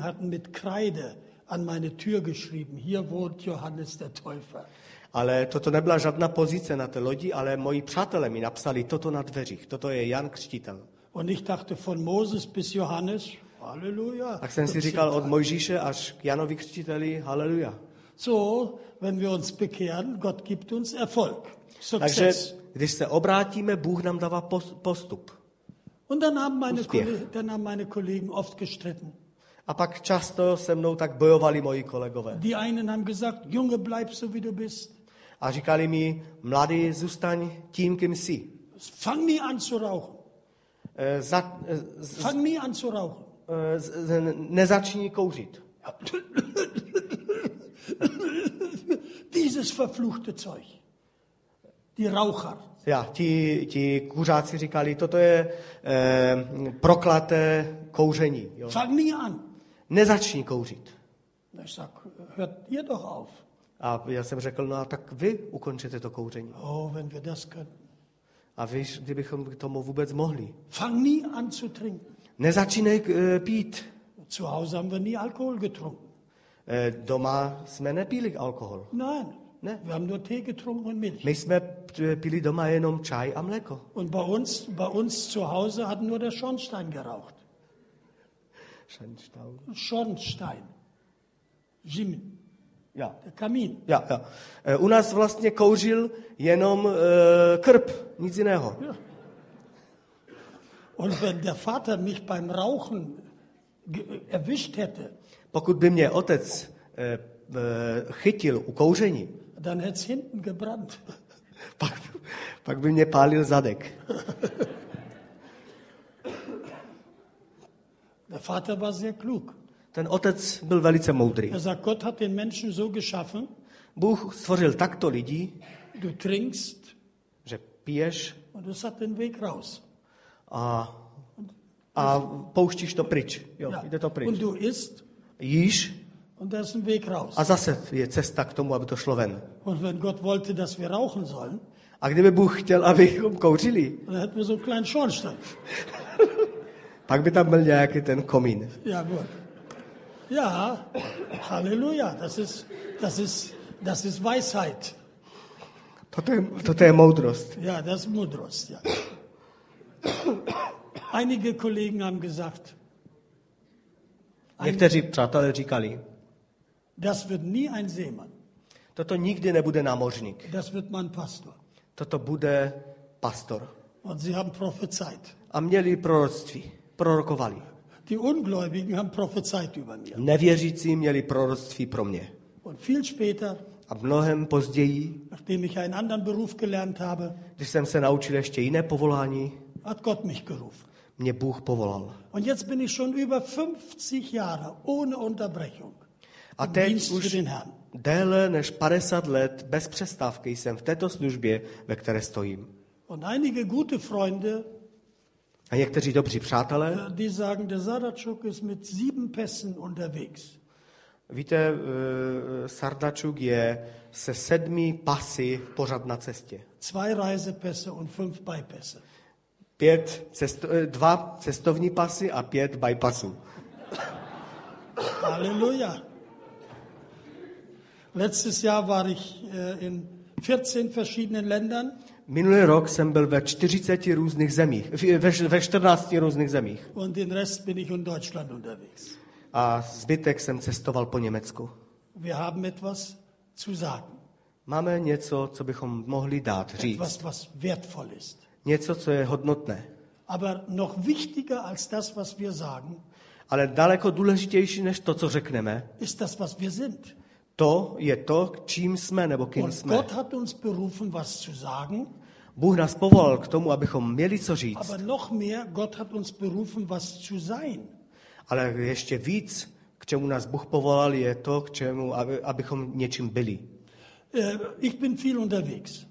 hatten mit Kreide an meine Tür geschrieben, hier wohnt Johannes der Täufer. Ale toto nebyla žádná pozice na té lodi, ale moji přátelé mi napsali toto na dveřích. Toto je Jan Křtitel. Und ich dachte, von Moses bis Johannes, Halleluja. Tak jsem si říkal od Mojžíše až k Janovi Křtiteli, haleluja. So, wenn wir uns bekehren, Gott gibt uns Erfolg, Takže Success. když se obrátíme, Bůh nám dává pos- postup. Und dann haben, meine Uspěch. Kolle- dann haben meine Kollegen oft gestritten. A pak často se mnou tak bojovali moji kolegové. Die einen haben gesagt, Junge, bleib so wie du bist. A říkali mi, mladý, zůstaň tím, kým jsi. Fang nie an zu rauchen. E, Za, e, z, Fang nie an zu rauchen. e, z, z, nezačni kouřit. Dieses verfluchte Zeug. Die Raucher. Já, ti, ti kuřáci říkali, toto je e, proklaté kouření. Jo. Fang nie an. Nezačni kouřit. Na, Ich sag, hört ihr doch auf. A já jsem řekl, no a tak vy ukončete to kouření. Oh, wenn wir das können. A víš, kdybychom k tomu vůbec mohli. Fang nie an zu trinken. Nezačínej e, pít. Zu Hause haben wir nie Alkohol getrunken. E, doma jsme nepili alkohol. Nein. Ne? Wir haben nur Tee getrunken und Milch. My jsme p- pili doma jenom čaj a mléko. Und bei uns, bei uns zu Hause hat nur der Schornstein geraucht. Schönstaub. Schornstein. Jimmy. Já. Der Kamin. Já, já. E, U nás vlastně kouřil jenom e, krb, nic jiného. Und wenn der Vater mich beim Rauchen ge- erwischt hätte, Pokud by mě otec e, e, chytil u kouření, dann hätte es hinten gebrannt. pak, pak by mě pálil zadek. Der Vater war sehr klug. Ten otec byl velice moudrý. Er sagt, Gott hat den Menschen so geschaffen, Bůh stvořil takto lidí, du trinkst že piješ und es hat den Weg raus. a, a pouštíš to pryč. Jo, Ja. jde to Und pryč. du isst Jíš und da ist ein Weg raus. a zase je cesta k tomu, aby to šlo ven. Und wenn Gott wollte, dass wir rauchen sollen, A kdyby Bůh chtěl, abychom kouřili, dann hätten wir so einen kleinen Schornstein. pak by tam byl nějaký ten komín. Ja, gut. Ja, Halleluja, das ist, das ist, das ist Weisheit. Toto je, toto je moudrost. Ja, das ist Mudros, ja. Einige Kollegen haben gesagt, Někteří přátelé říkali, das wird nie ein Seemann, toto nikdy nebude námořník, das wird mal ein Pastor. toto bude pastor. Und sie haben prophezeit. A měli proroctví, prorokovali. Die Ungläubigen haben prophezeit über mir. Nevěřící měli proroctví pro mě. Und viel später, A mnohem později, nachdem ich einen anderen Beruf gelernt habe, když jsem se naučil ještě jiné povolání, hat Gott mich gerufen. mě Bůh povolal. Und jetzt bin ich schon über 50 Jahre ohne Unterbrechung A im teď Dienst für už den Herrn. déle než 50 let bez přestávky jsem v této službě, ve které stojím. Und einige gute Freunde, äh, A někteří dobří přátelé, die sagen, der Sadatschuk ist mit sieben Pässen unterwegs. víte, eh, Sardačuk je se sedmi pasy pořád na cestě. Zwei Reisepässe und fünf Beipässe. Pět cesto, eh, dva cestovní pasy a pět bypassů. Halleluja. Letztes Jahr war ich äh, in 14 verschiedenen Ländern Minulý rok jsem byl ve 40 různých zemích, v- ve, ve 14 různých zemích und den Rest bin ich in Deutschland unterwegs. a zbytek jsem cestoval po Německu. Wir haben etwas zu sagen, Máme něco, co bychom mohli dát říct. etwas, was wertvoll ist. Něco, co je hodnotné. Aber noch wichtiger als das, was wir sagen, Ale daleko důležitější než to, co řekneme, ist das, was wir sind. to je to, čím jsme nebo kým Und jsme. Gott hat uns berufen, was zu sagen, Bůh nás povolal k tomu, abychom měli co říct, aber noch mehr, Gott hat uns berufen, was zu sein. ale ještě víc, k čemu nás Bůh povolal, je to, k čemu, aby, abychom něčím byli. Äh, Ich bin viel unterwegs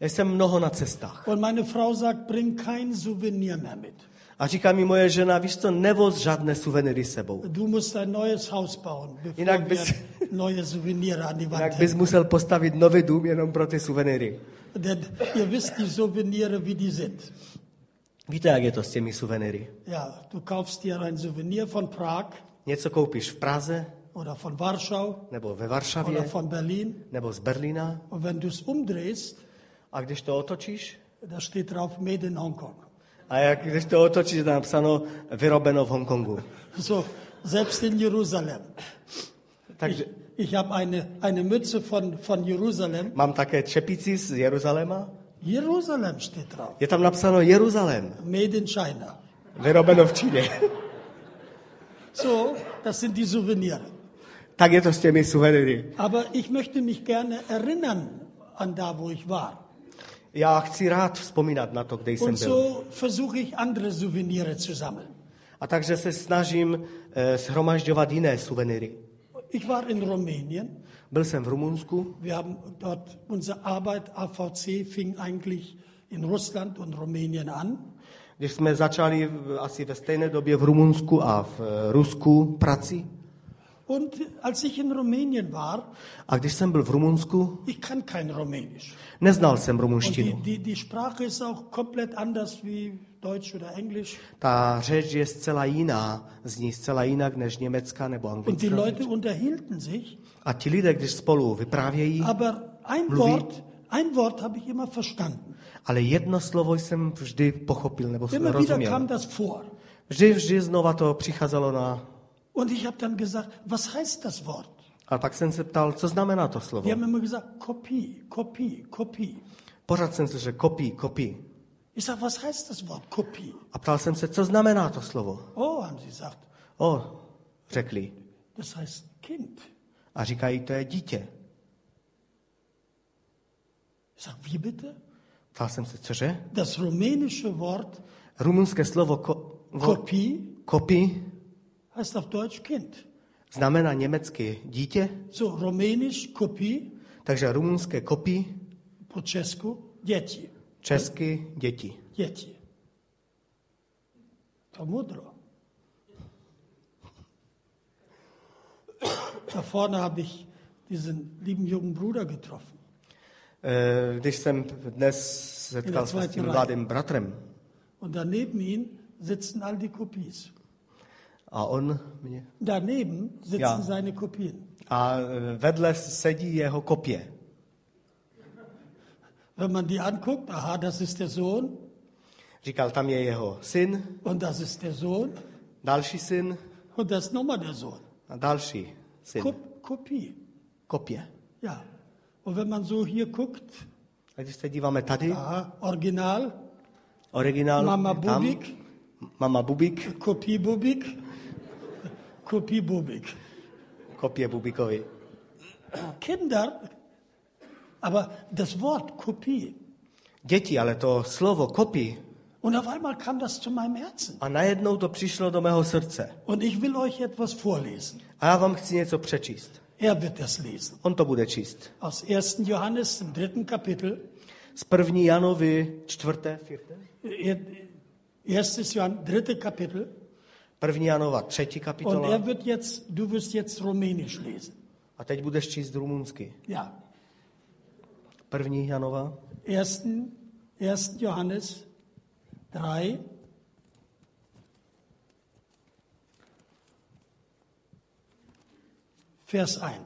Já jsem mnoho na cestách. und meine Frau sagt, bring kein Souvenir mehr mit. A říká mi moje žena, víš co, nevoz žádné suvenýry sebou. Du musst ein neues Haus bauen, bevor Jinak wir bys- neue Souvenirs an die Wand Jinak hängen. bys musel postavit nový dům jenom pro ty suvenýry. Denn ihr wisst die Souvenirs, wie die sind. Víte, jak je to s těmi suvenýry? Ja, du kaufst dir ein Souvenir von Prag Něco koupíš v Praze, oder von Warschau nebo ve oder Varšavě, von Berlin. nebo z Berlína. Und wenn du es umdrehst, A když to otočíš, da steht drauf Made in Hongkong. a jak, když to otočíš, je tam napsáno vyrobeno v Hongkongu. So, selbst in Jerusalem. Takže Ich habe eine, eine Mütze von, von Jerusalem. mám také čepici z Jeruzaléma. Jerusalem steht drauf. Je tam napsáno Jeruzalém, Made in China. vyrobeno v Číně. So, das sind die Souvenire. tak je to s těmi suvenýry. Aber ich möchte mich gerne erinnern an da, wo ich war. Já chci rád vzpomínat na to, kde jsem Und byl. so versuche ich andere Souvenire zu sammeln. A takže se snažím eh, shromažďovat jiné suvenýry. Ich war in Rumänien. Byl jsem v Rumunsku, Wir haben dort unsere Arbeit AVC fing eigentlich in Russland und Rumänien an. když jsme začali v- asi ve stejné době v Rumunsku a v eh, Rusku prací. Und als ich in Rumänien war, A když jsem byl v Rumunsku, ich kann kein Rumänisch. neznal jsem Und die, rumunštinu. die, die Sprache ist auch komplett anders wie Deutsch oder Englisch. Ta řeč je zcela jiná, zní zcela jinak než německá nebo Und die anglická. Leute unterhielten sich. A ti lidé, když spolu vyprávějí, Aber ein Luvi. Wort, ein Wort habe ich immer verstanden. ale jedno slovo jsem vždy pochopil nebo jsem Immer wieder kam rozuměl. das vor. Vždy, vždy znova to přicházelo na... Und ich habe dann gesagt, was heißt das Wort? A pak jsem se ptal, co znamená to slovo. Die haben immer gesagt, Kopie, Kopie, Kopie. Pořád jsem slyšel kopí, kopí. Ich sage, was heißt das Wort Kopie? A ptal jsem se, co znamená to slovo. Oh, haben sie gesagt, O, řekli. das heißt Kind. A říkají, to je dítě. Ich sage, wie bitte? Ptal jsem se, cože? Das rumänische Wort Rumunské slovo ko, vo, Kopie kopí heißt auf Deutsch Kind. znamená německy dítě, So, rumänisch Kopie, takže rumunské kopí, po česku, děti. česky děti. Děti. To mudro. Da vorne habe ich diesen lieben jungen Bruder getroffen. E, Když jsem dnes setkal se s tím mladým bratrem Und daneben ihn sitzen all die Kopien. a on mě... Daneben sitzen Ja. seine Kopien. A e, vedle sedí jeho kopie. Wenn man die anguckt, aha, das ist der Sohn Říkal, tam je jeho syn, und das ist der Sohn další syn und das ist nochmal der Sohn. a další syn. Kop Kopie. Kopie. Ja. Und wenn man so hier guckt, A když se díváme tady, aha, Original, originál Mama je tam. Bubik. Mama Bubik, Kopie Bubik, Kopie Bubik. kopie Bubikovi. Kinder, aber das Wort Kopie. Děti, ale to slovo kopí Und auf einmal kam das zu meinem Herzen. a najednou to přišlo do mého srdce. Und ich will euch etwas vorlesen. A já vám chci něco přečíst. Er wird das lesen. On to bude číst. Aus 1. Johannes, im dritten Kapitel. Z první Janovi čtvrté, čtvrté? Ihr- Erstes Johann, dritte Kapitel. První Janova třetí Und kapitola. er wird jetzt, du wirst jetzt Rumänisch lesen. A teď budeš číst rumunsky. Ja. První Janova, 1. 1. Johannes 3. Vers 1.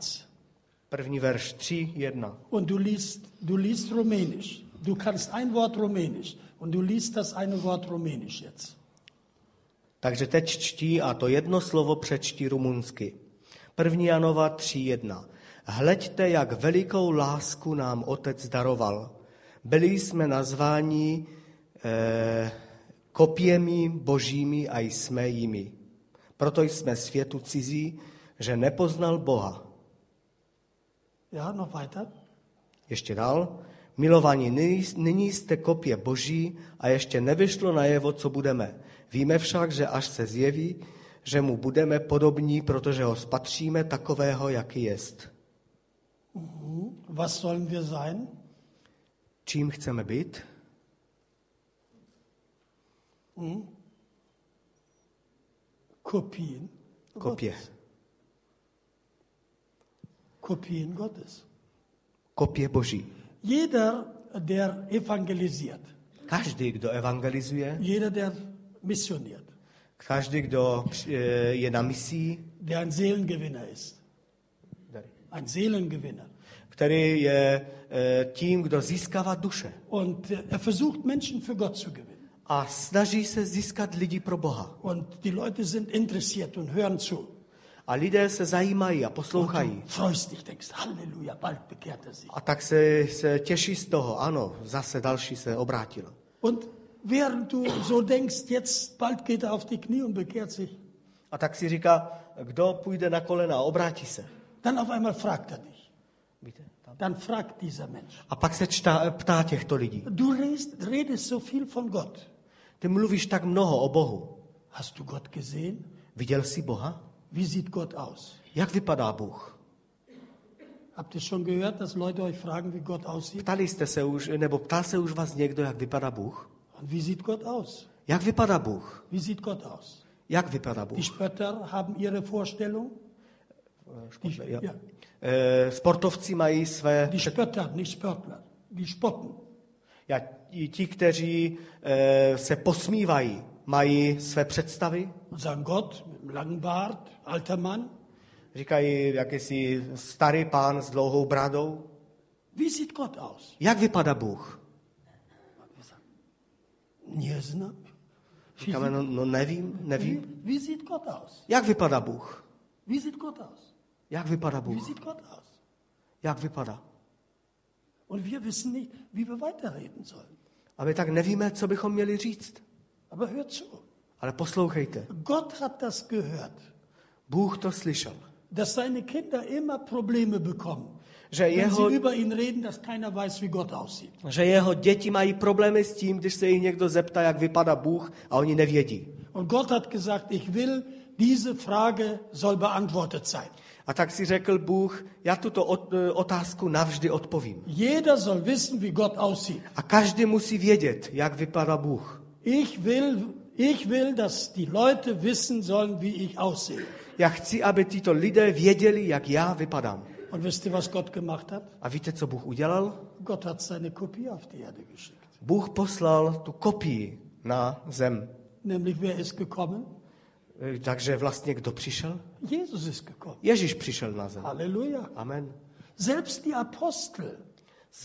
první verš 3, 1. Und du liest, du liest Rumänisch. Du kannst ein Wort Rumänisch. Und du liest das eine Wort Rumänisch jetzt. Takže teď čtí a to jedno slovo přečtí rumunsky. 1. Janova 3.1. Hleďte, jak velikou lásku nám Otec daroval. Byli jsme nazváni eh, kopiemi božími a jsme jimi. Proto jsme světu cizí, že nepoznal Boha. Ja, noch weiter. Ještě dál. Milovaní, nyní- nyní jste kopie boží a ještě nevyšlo najevo, co budeme. Víme však, že až se zjeví, že mu budeme podobní, protože ho spatříme takového, jaký jest. Was sollen wir sein? Čím chceme být? Kopien. Kopie. Gottes. Kopien Gottes. Kopie boží. Jeder, der evangelisiert, Každý, kdo evangelizuje, jeder, der missioniert, každý, kdo eh, je na misí, der ein Seelengewinner ist. Tady. Ein Seelengewinner. který je eh, tím, kdo získává duše Und äh, er versucht, Menschen für Gott zu gewinnen. a snaží se získat lidi pro Boha. Und die Leute sind interessiert und hören zu. A lidé se zajímají a poslouchají. Du freust dich, denkst, Halleluja, bald bekehrt er sich. A tak se, se těší z toho, ano, zase další se obrátil. Und während du so denkst, jetzt bald geht er auf die Knie und bekehrt sich, A tak si říká, kdo půjde na kolena a obrátí se. dann auf einmal fragt er dich. Víte, tam. Dann fragt dieser Mensch. A pak se čtá, ptá těchto lidí. Du redest, redest so viel von Gott. Ty mluvíš tak mnoho o Bohu. Hast du Gott gesehen? Viděl jsi Boha? Wie sieht Gott aus? Jak vypadá Bůh? Habt ihr schon gehört, dass Leute euch fragen, wie Gott aussieht? Ptali jste se už, nebo ptá se už vás někdo, jak vypadá Bůh? Und wie sieht Gott aus? Jak vypadá Bůh? Wie sieht Gott aus? Jak vypadá Bůh? Die Spötter haben ihre Vorstellung. Šport, jo. jo. Eh, Sportovci mají své... Die Spötter, nicht Spöttler. Die spotten. Ja, i ti, kteří eh, se posmívají, mají své představy, Und sagen, Gott, mit einem langen Bart, alter Mann, říkají jakýsi starý pán s dlouhou bradou. wie sieht Gott aus? Jak vypadá Bůh? Nie znam. Říkáme, no, no nevím, Wie, nevím. wie sieht Gott aus? Jak vypadá Bůh? Wie sieht Gott aus? Jak vypadá Wie Bůh? sieht Gott aus? Jak vypadá? Und wir wissen nicht, wie wir weiterreden sollen. A my tak nevíme, co bychom měli říct. Aber hört zu. Ale poslouchejte, Gott hat das gehört, Bůh to slyšel. dass seine Kinder immer Probleme bekommen. Že Wenn jeho, sie über ihn reden, dass keiner weiß, wie Gott aussieht. že jeho děti mají problémy s tím, když se jich někdo zeptá, jak vypadá Bůh a oni nevědí. Und Gott hat gesagt, ich will, diese Frage soll beantwortet sein. A tak si řekl Bůh, já tuto ot- eh, otázku navždy odpovím. Jeder soll wissen, wie Gott aussieht. A každý musí vědět, jak vypadá Bůh. Ich will, ich will, dass die Leute wissen sollen, wie ich aussehe. Já chci, aby tito lidé věděli, jak já vypadám. Und wisst ihr, was Gott gemacht hat? A víte, co Bůh udělal? Gott hat seine Kopie auf die Erde geschickt. Bůh poslal tu kopii na zem. Nämlich, wer ist gekommen? Eh, Takže vlastně kdo přišel? Jesus ist gekommen. Ježíš přišel na zem. Halleluja. Amen. Selbst die Apostel,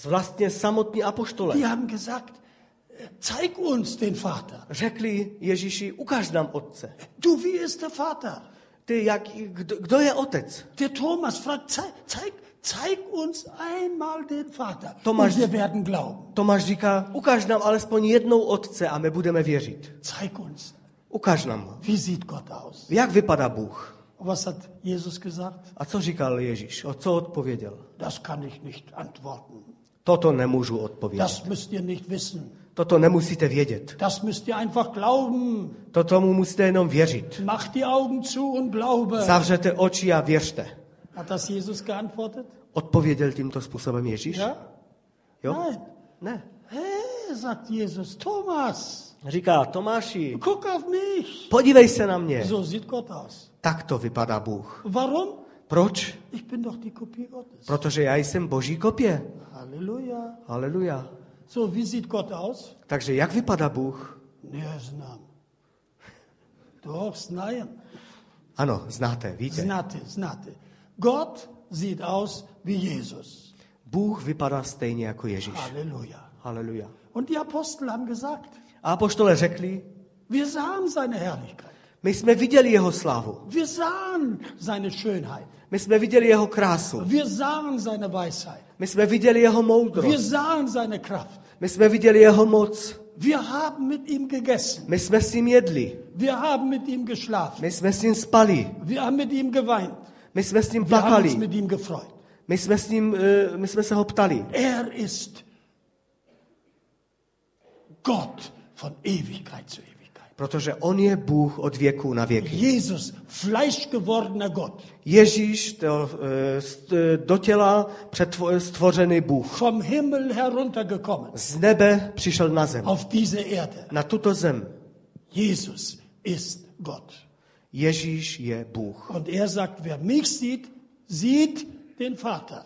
Vlastně samotní apoštole die haben gesagt, äh, zeig uns den Vater. řekli Ježíši, ukaž nám otce. Du, wie ist der Vater? Ty, jak, kdo, kdo je otec? Der Thomas fragt, zeig, zeig, zeig uns einmal den Vater. Thomas- Und wir werden glauben. Tomáš říká, ukaž nám alespoň jednou otce a my budeme věřit. Zeig uns, Ukaž nám ho. wie sieht Gott aus? Jak vypadá Bůh? Und was hat Jesus gesagt? A co říkal Ježíš? O co odpověděl? Das kann ich nicht antworten. Toto nemůžu odpovědět. Das müsst ihr nicht wissen. Toto nemusíte vědět. Das müsst ihr einfach glauben. To tomu musíte jenom věřit. Macht die Augen zu und glaube. Zavřete oči a věřte. Hat das Jesus geantwortet? Odpověděl tímto způsobem Ježíš? Ja? Jo? Nein. Ne. Hä, sagt Jesus, Thomas, Říká Tomáši, guck auf mich. podívej se na mě. So sieht Gott aus. Tak to vypadá Bůh. Warum? Proč? Ich bin doch die Kopie Gottes. Protože já jsem boží kopie. Halleluja. Haleluja. So, wie sieht Gott aus? Takže jak vypadá Bůh? Neznam. Doch, znajem. Ano, znáte, víte. Znate, znate. Gott sieht aus wie Jesus. Bůh vypadá stejně jako Ježíš. Halleluja. Haleluja. Und die Apostel haben gesagt, A apoštole řekli, wir sahen seine Herrlichkeit. my jsme viděli jeho slávu, Wir sahen seine Schönheit. my jsme viděli jeho krásu, Wir sahen seine Weisheit. my jsme viděli jeho Wir moudrost, sahen seine Kraft. my jsme viděli jeho moc, Wir haben mit ihm gegessen. my jsme s ním jedli, Wir haben mit ihm geschlafen. my jsme s ním spali, Wir haben mit ihm geweint. my jsme s ním Wir haben plakali, uns mit ihm gefreut. my jsme s ním, eh, my jsme se ho ptali. Er ist Gott von Ewigkeit zu Ewigkeit. Protože on je Bůh od věku na věky. Jesus, fleischgewordener Gott, Ježíš, to, eh, st- eh, do těla přetvo- stvořený Bůh, vom Himmel heruntergekommen z nebe přišel na zem, auf diese Erde. na tuto zem. Jesus ist Gott. Ježíš je Bůh. Und er sagt, wer mich sieht, sieht den Vater.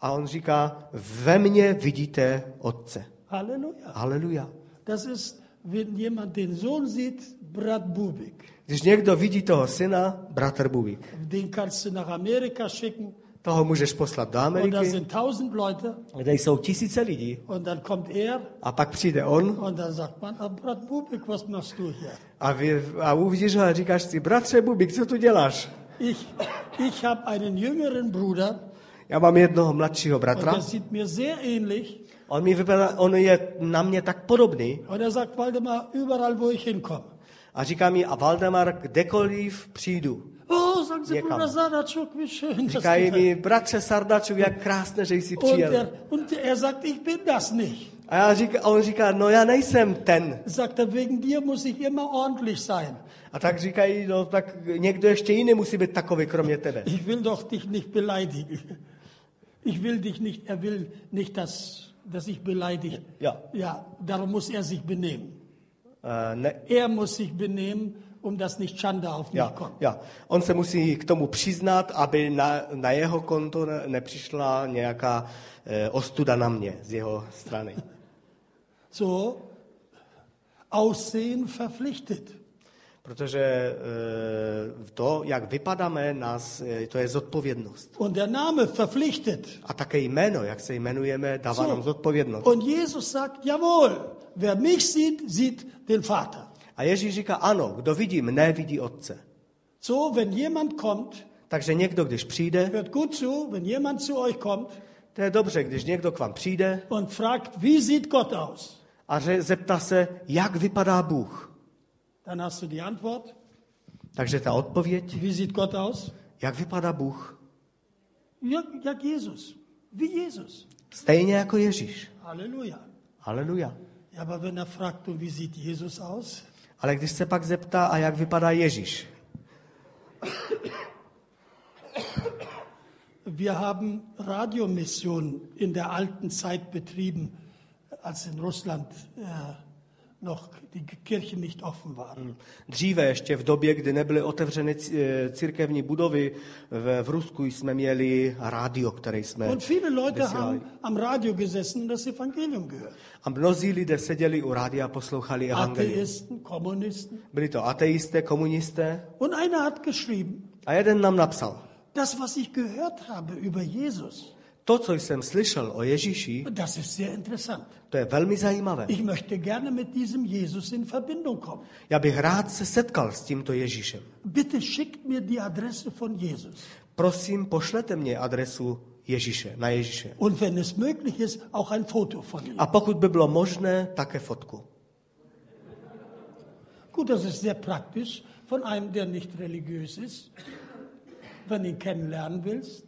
A on říká, ve mně vidíte Otce. Halleluja. Halleluja. Das ist, wenn jemand den Sohn sieht, Brad Bubik. Když někdo vidí toho syna, bratr Bubík, Den kannst du nach Amerika schicken toho můžeš poslat do und da Ameriky, sind tausend Leute kde jsou tisíce lidí. und dann kommt er A pak přijde on und dann sagt man, ah, Brad Bubik, was machst du hier? a, vy, a uvidíš ho a říkáš si, bratře Bubík, co tu děláš? Ich, ich habe einen jüngeren Bruder Já mám jednoho mladšího und bratra. der sieht mir sehr ähnlich On, mi vypadá, on je na mě tak podobný und er sagt, Waldemar, überall wo ich hinkomme. a říká mi, a Valdemar, kdekoliv přijdu. Oh, sagen Sie, Hier Bruder kam- Sadatschuk, wie schön, dass Říkají du da mi, bratře Sardačuk, jak krásné, že jsi und přijel. er, und er sagt, ich bin das nicht. A já říká, a on říká, no já nejsem ten. Sagt er, wegen dir muss ich immer ordentlich sein. A tak říkají, no tak někdo ještě jiný musí být takový, kromě tebe. Ich will doch dich nicht beleidigen. Ich will dich nicht, er will nicht, dass, dass ich beleidige. Ja. Ja, darum muss er sich benehmen. Eh, ne, Er muss sich benehmen, um dass nicht Schande auf mich já, kommt. já. On se musí k tomu přiznat, aby na, na jeho konto ne- nepřišla nějaká eh, ostuda na mě z jeho strany. So, Aussehen verpflichtet. Protože eh, to, jak vypadáme, nás, eh, to je zodpovědnost. Und der Name verpflichtet. A také jméno, jak se jmenujeme, dává nám So. zodpovědnost. Und Jesus sagt, jawohl, wer mich sieht, sieht den Vater. A Ježíš říká, ano, kdo vidí mne, vidí otce. So, wenn jemand kommt, Takže někdo, když přijde, hört gut zu, wenn jemand zu euch kommt to je dobře, když někdo k vám přijde und fragt, wie sieht Gott aus? a ře- zeptá se, jak vypadá Bůh. Dann hast du die Antwort. Takže ta odpověď, Wie sieht Gott aus? jak vypadá Bůh, Ja, jak Jesus. Wie Jesus. stejně jako Ježíš. Halleluja. Haleluja. Ja, aber wenn er fragt, du, wie sieht Jesus aus? Ale když se pak zeptá, a jak vypadá Ježíš? Wir haben Radiomissionen in der alten Zeit betrieben, als in Russland äh, noch die Kirchen nicht offen waren. Dříve ještě v době, kdy nebyly otevřeny c- eh, církevní budovy, v, v Rusku jsme měli rádio, které jsme Und viele Leute vysílali. haben am Radio gesessen und das Evangelium gehört. A mnozí lidé seděli u rádia a poslouchali evangelium. Atheisten, Kommunisten. Byli to ateisté, komunisté. Und einer hat geschrieben, A jeden nám napsal, das, was ich gehört habe über Jesus, to, co jsem slyšel o Ježíši, das ist sehr interessant. to je velmi zajímavé. Ich möchte gerne mit diesem Jesus in Verbindung kommen. Já bych rád se setkal s tímto Ježíšem. Bitte schickt mir die Adresse von Jesus. Prosím, pošlete mě adresu Ježíše, na Ježíše. Und wenn es möglich ist, auch ein Foto von ihm. A pokud by bylo možné, také fotku. Gut, das ist sehr praktisch von einem, der nicht religiös ist. Wenn du ihn kennenlernen willst,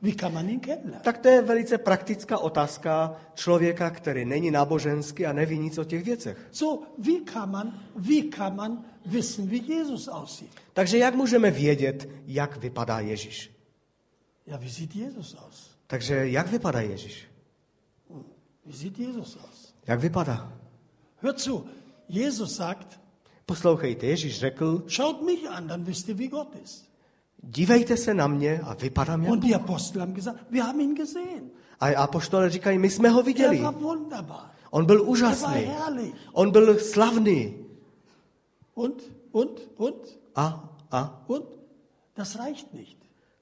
wie kann man ihn kennenlernen? Tak to je velice praktická otázka člověka, který není náboženský a neví nic o těch věcech. So, wie kann man, wie kann man wissen, wie Jesus aussieht? Takže jak můžeme vědět, jak vypadá Ježíš? Ja, wie sieht Jesus aus? Takže jak vypadá Ježíš? Wie sieht Jesus aus? Jak vypadá? Hör zu, Jesus sagt, Poslouchejte, Ježíš řekl, schaut mich an, dann wisst ihr, wie Gott ist. dívejte se na mě a vypadám jak Und Bůh. die Apostel haben gesagt, wir haben ihn gesehen. A apoštole říkají, my jsme ho Er viděli. war wunderbar. On byl Er war úžasný. herrlich. On byl slavný. Und, und, und, A, a, und, das reicht nicht.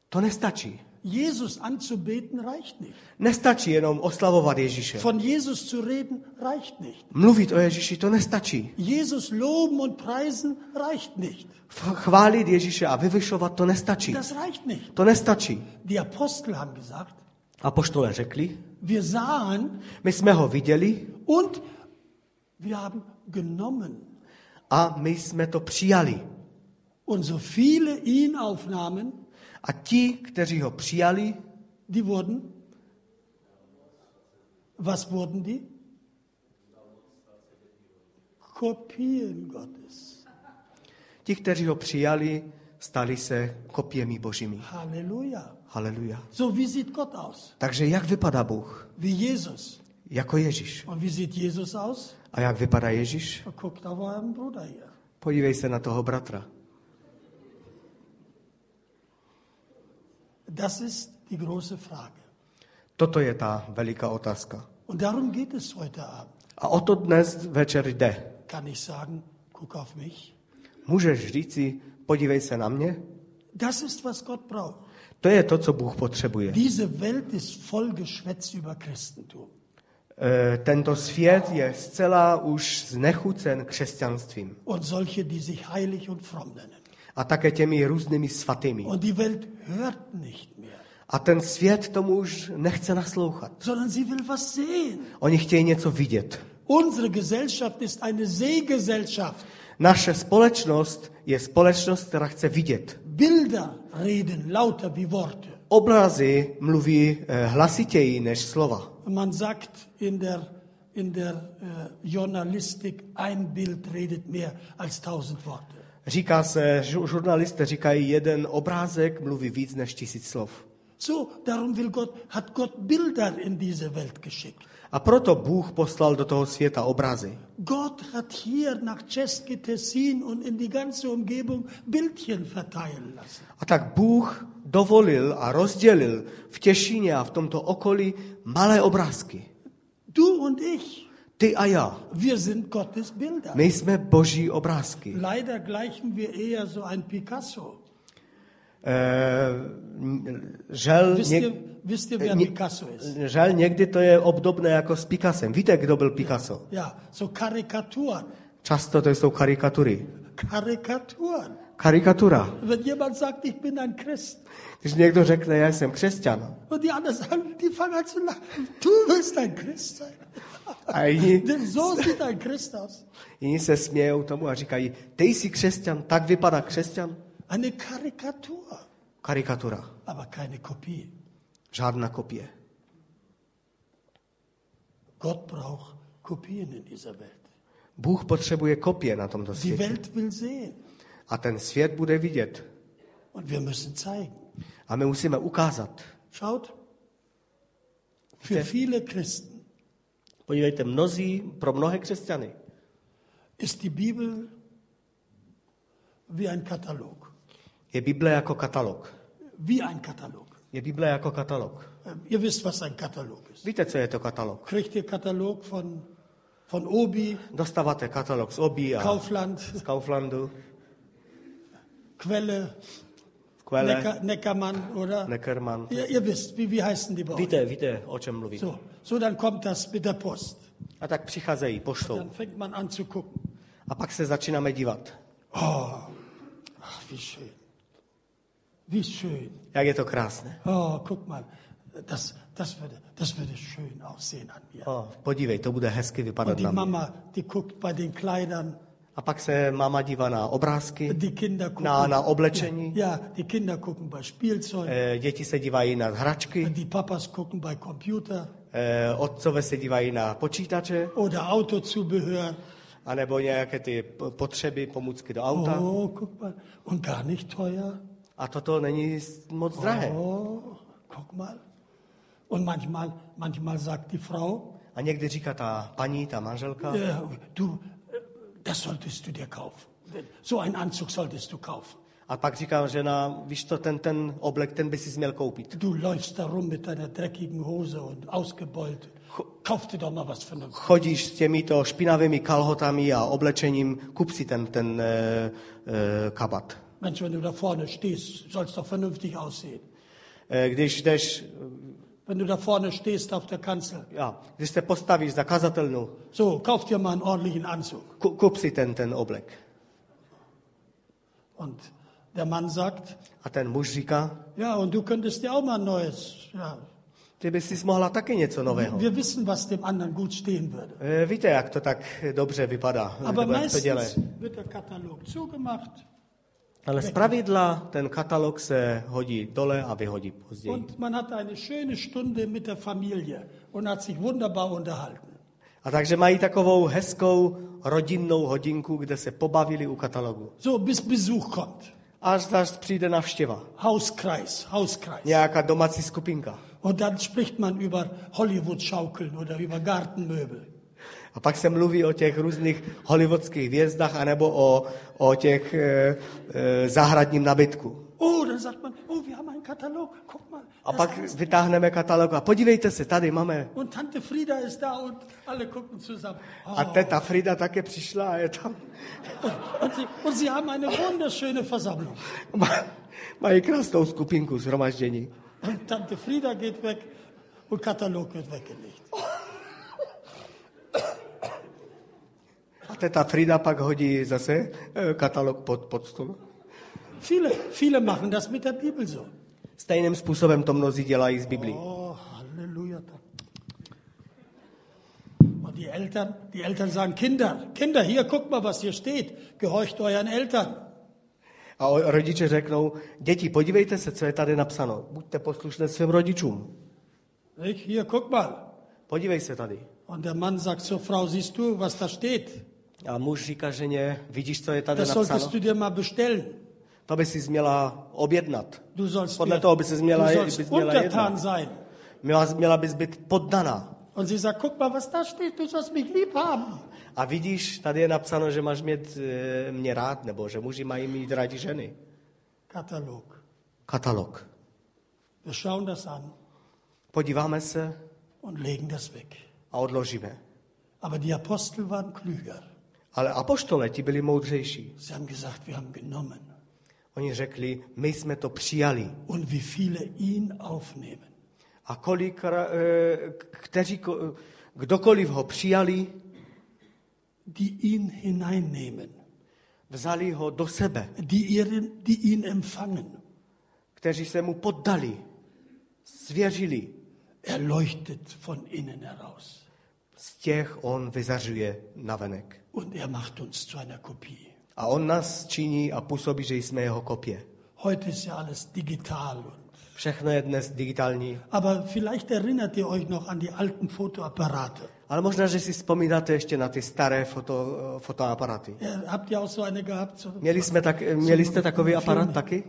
to nestačí. Jesus anzubeten reicht nicht. Nestačí jenom oslavovat Ježíše. Von Jesus zu reden reicht nicht. Mluvit o Ježíši, to nestačí. Jesus loben und preisen reicht nicht. F- Chválit Ježíše a vyvyšovat, to nestačí. Das reicht nicht. To nestačí. Die Apostel haben gesagt, Apoštole řekli, wir sahen my jsme ho viděli und wir haben genommen. a my jsme to přijali. Und so viele ihn aufnahmen, A ti, kteří ho přijali, die wurden, was wurden die? Kopien Gottes. ti, kteří ho přijali, stali se kopiemi božími. Halleluja. Haleluja. So, wie sieht Gott aus? Takže jak vypadá Bůh? Wie Jesus. Jako Ježíš. Und wie sieht Jesus aus? A jak vypadá Ježíš? Guck da war ein Bruder hier. Podívej se na toho bratra. Das ist die große Frage. Toto je ta veliká otázka. Und darum geht es heute Abend. A o to dnes večer jde. Kann ich sagen, guck auf mich? Můžeš říci, podívej se na mě? Das ist, was Gott braucht. To je to, co Bůh potřebuje. Diese Welt ist voll Geschwätz über Christentum. Eh, Tento svět je zcela už znechucen křesťanstvím Und solche, die sich heilig und fromm nennen. a také těmi různými svatými. Und die Welt hört nicht mehr, A ten svět tomu už nechce naslouchat. sondern sie will was sehen. Oni chtějí něco vidět. Unsere Gesellschaft ist eine Sehgesellschaft. Naše společnost je společnost, která chce vidět. Bilder reden lauter wie Worte. Obrazy mluví eh, hlasitěji než slova. Man sagt in der, in der äh, Journalistik, ein Bild redet mehr als tausend Worte. Říká se, žu- žurnalisté říkají, jeden obrázek mluví víc než tisíc slov. So, darum will Gott, hat Gott Bilder in diese Welt geschickt. A proto Bůh poslal do toho světa obrazy. Gott hat hier nach Czeske, Tessin und in die ganze Umgebung Bildchen verteilen lassen. A tak Bůh dovolil a rozdělil v Těšíně a v tomto okolí malé obrázky. Du und ich, Ty a já. wir sind Gottes Bilder. My jsme boží obrázky. Leider gleichen wir eher so ein Picasso. Eh, n- žel, Wisst něk, ihr, wisst ihr wer nie- Picasso ist? žel, někdy to je obdobné jako s Picassem. Víte, kdo byl Picasso? Ja, so Karikaturen. Často to jsou karikatury. Karikaturen. Karikatura. Wenn jemand sagt, ich bin ein Christ, Když někdo řekne, já jsem křesťan, und die anderen sagen, die fangen an zu lachen. Du willst ein Christ sein. A jiní, Denn so sieht ein Christ aus. jiní se smějou tomu a říkají, ty jsi křesťan, tak vypadá křesťan. Eine Karikatur, Karikatura, aber keine Kopie. žádná kopie. Gott braucht Kopien in dieser Welt. Bůh potřebuje kopie na tomto Die světě. Welt will sehen A ten svět bude vidět. und wir müssen zeigen. A my musíme ukázat. Schaut, für viele Christen Podívejte, mnozí, pro mnohé křesťany ist die Bibel wie ein Katalog. je Bible jako katalog. Wie ein Katalog. Je Bible jako katalog. Ähm, Ihr wisst, was ein Katalog ist. Víte, co je to katalog? Kriegt ihr Katalog von, von Obi, Dostáváte katalog z Obí a z Kaufland, Kauflandu, Quelle, z Quelle, Neckar, Neckermann, oder? Neckermann. Ihr, ihr wisst, wie, wie heißen die bei euch? Víte, víte, o čem mluví. So, so, dann kommt das mit der Post. A tak přicházejí poštou. Dann fängt man an zu gucken. Oh, A pak se začínáme dívat. Ach, wie schön. Wie schön. Jak je to krásné. Oh, guck mal, das, das, würde, das würde schön aussehen an mir. O, podívej, to bude hezky vypadat Und die na mě. Mama, die guckt bei den Kleidern, A pak se máma dívá na obrázky, die Kinder gucken. Äh, na, um. na oblečení, Ja, die Kinder gucken bei Spielzeug, eh, děti se dívají na hračky, die Papas gucken bei Computer eh, otcové se dívají na počítače, oder Autozubehör. anebo nějaké ty p- potřeby, pomůcky do auta. Oh, guck mal. Und gar nicht teuer. A toto není s- moc drahé. Oh, guck mal. Und manchmal, manchmal sagt die Frau, A někdy říká ta paní, ta manželka, äh, du, äh, das solltest du dir kaufen. So einen Anzug solltest du kaufen. a pak říká žena, víš to, ten, ten oblek, ten by si měl koupit. Du läufst da rum mit deiner dreckigen Hose und ausgebeult. Kauf dir doch mal was vernünftiges. Chodíš s těmito špinavými kalhotami a oblečením, kup si ten, ten eh, eh, kabat. Mensch, wenn du da vorne stehst, sollst doch vernünftig aussehen. Eh, Když jdeš Wenn du da vorne stehst auf der Kanzel, Já, když se postavíš za kazatelnu, so, kauf dir mal einen ordentlichen Anzug. ku, kup si ten, ten oblek. Und der Mann sagt, A ten muž říká, ja, und du könntest dir auch mal ein neues. Ja. ty bys si mohla taky něco nového. Wir wissen, was dem anderen gut stehen würde. Eh, Víte, jak to tak dobře vypadá, Aber nebo jak to dělá. meistens wird der Katalog zugemacht Ale z pravidla ten katalog se hodí dole a vyhodí později. und man hatte eine schöne Stunde mit der Familie und hat sich wunderbar unterhalten. A takže mají takovou hezkou rodinnou hodinku, kde se pobavili u katalogu. So, bis Besuch kommt. Až zas přijde navštěva, Hauskreis, Hauskreis. nějaká domácí skupinka. Und dann spricht man über Hollywood-Schaukeln oder über Gartenmöbel. A pak se mluví o těch různých hollywoodských hvězdách anebo o, o těch eh, eh, zahradním nabytku. Oh, dann sagt man, oh, wir haben einen Katalog, guck mal. A das pak alles. vytáhneme katalog a podívejte se, tady máme. Und Tante Frieda ist da und alle gucken zusammen. Oh. A teta Frida také přišla a je tam. Oh. Und, sie, und sie haben eine wunderschöne Versammlung. Má- Mají krásnou skupinku zhromaždění. Und Tante Frieda geht weg und Katalog wird weggelegt. A teta Frida pak hodí zase eh, katalog pod, pod stůl. Viele, viele machen das mit der Bibel so. Stejným způsobem to mnozí dělají z Biblí. Oh, Halleluja. Und die Eltern, die Eltern sagen, Kinder, Kinder, hier, guck mal, was hier steht. Gehorcht euren Eltern. A o- rodiče řeknou, děti, podívejte se, co je tady napsáno. Buďte poslušné svým rodičům. Nicht? Hier, guck mal. Podívej se tady. Und der Mann sagt zur Frau, siehst du, was da steht? A muž říká ženě, vidíš, co je tady Das napsáno? solltest du dir mal bestellen. To by si měla objednat. Du sollst, Podle mir, toho by ses měla- du sollst bys měla untertan jednat. sein. Měla, měla bys být poddaná. Und sie sagt, guck mal, was da steht, du sollst mich lieb haben. A vidíš, tady je napsáno, že máš mít eh, mě rád, nebo že muži mají mít rádi ženy. Katalog. Katalog. Wir schauen das an Podíváme se und legen das weg. a odložíme. Aber die Apostel waren klüger. Ale apoštole ti byli moudřejší. Sie haben gesagt, wir haben genommen. Oni řekli, my jsme to přijali. Und wie viele ihn aufnehmen. A kolik, ra- eh, kteří, ko- kdokoliv ho přijali, Die ihn hineinnehmen. vzali ho do sebe, Die, ihren, die ihn empfangen. kteří se mu poddali, svěřili. Er leuchtet von innen heraus. Z těch on vyzařuje navenek. Und er macht uns zu einer Kopie. A on nás činí a působí, že jsme jeho kopie. Heute ist ja alles digital. Und, Všechno je dnes digitální. aber vielleicht erinnert ihr euch noch an die alten Fotoapparate. Ale možná, že si vzpomínáte ještě na ty staré foto, fotoaparáty. Ja, habt ihr auch so eine gehabt? So, Měli, jsme tak, měli jste takový aparát taky?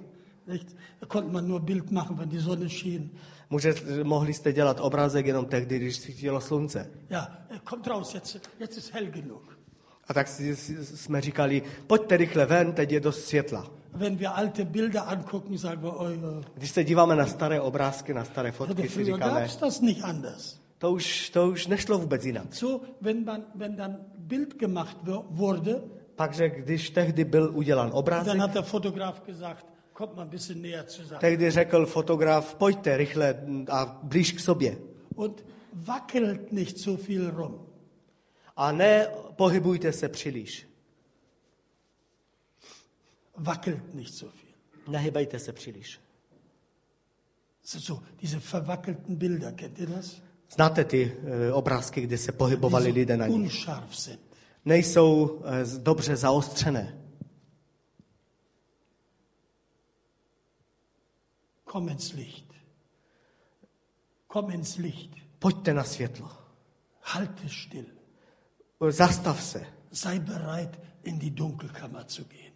nicht? Da konnte man nur Bild machen, wenn die Sonne schien. Může, mohli jste dělat obrázek jenom tehdy, když svítilo slunce. Ja, äh, kommt raus, jetzt, jetzt ist hell genug. A tak si, si, jsme říkali, pojďte rychle ven, teď je dost světla. Wenn wir alte Bilder angucken, sagen wir, oh, Když se díváme na staré obrázky, na staré ja, fotky, si früher říkáme, gab's das nicht anders. to už, to už nešlo vůbec jinak. So, wenn, man, wenn dann Bild gemacht wu- wurde, Takže když tehdy byl udělan obrázek, dann hat der Fotograf gesagt, kommt mal ein bisschen näher zusammen. tehdy řekl fotograf, pojďte rychle a blíž k sobě. Und wackelt nicht so viel rum. A ne pohybujte se příliš. Wackelt nicht so viel. Nehybajte se příliš. Das sind so diese verwackelten Bilder, kennt ihr das? Znáte ty e, obrázky, kdy se pohybovali Die lidé so na nich? unscharf sind. Nejsou e, z- dobře zaostřené. Komm ins Licht. Komm ins Licht. Pojďte na světlo. Halte still. E, Zastav se. Sei bereit, in die Dunkelkammer zu gehen.